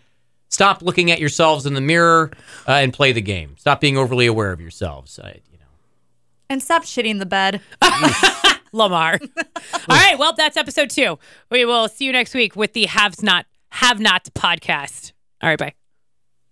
Speaker 2: stop looking at yourselves in the mirror uh, and play the game. Stop being overly aware of yourselves. I, you know.
Speaker 3: and stop shitting the bed.
Speaker 1: Lamar. All right. Well, that's episode two. We will see you next week with the Haves Not Have Not podcast. All right. Bye.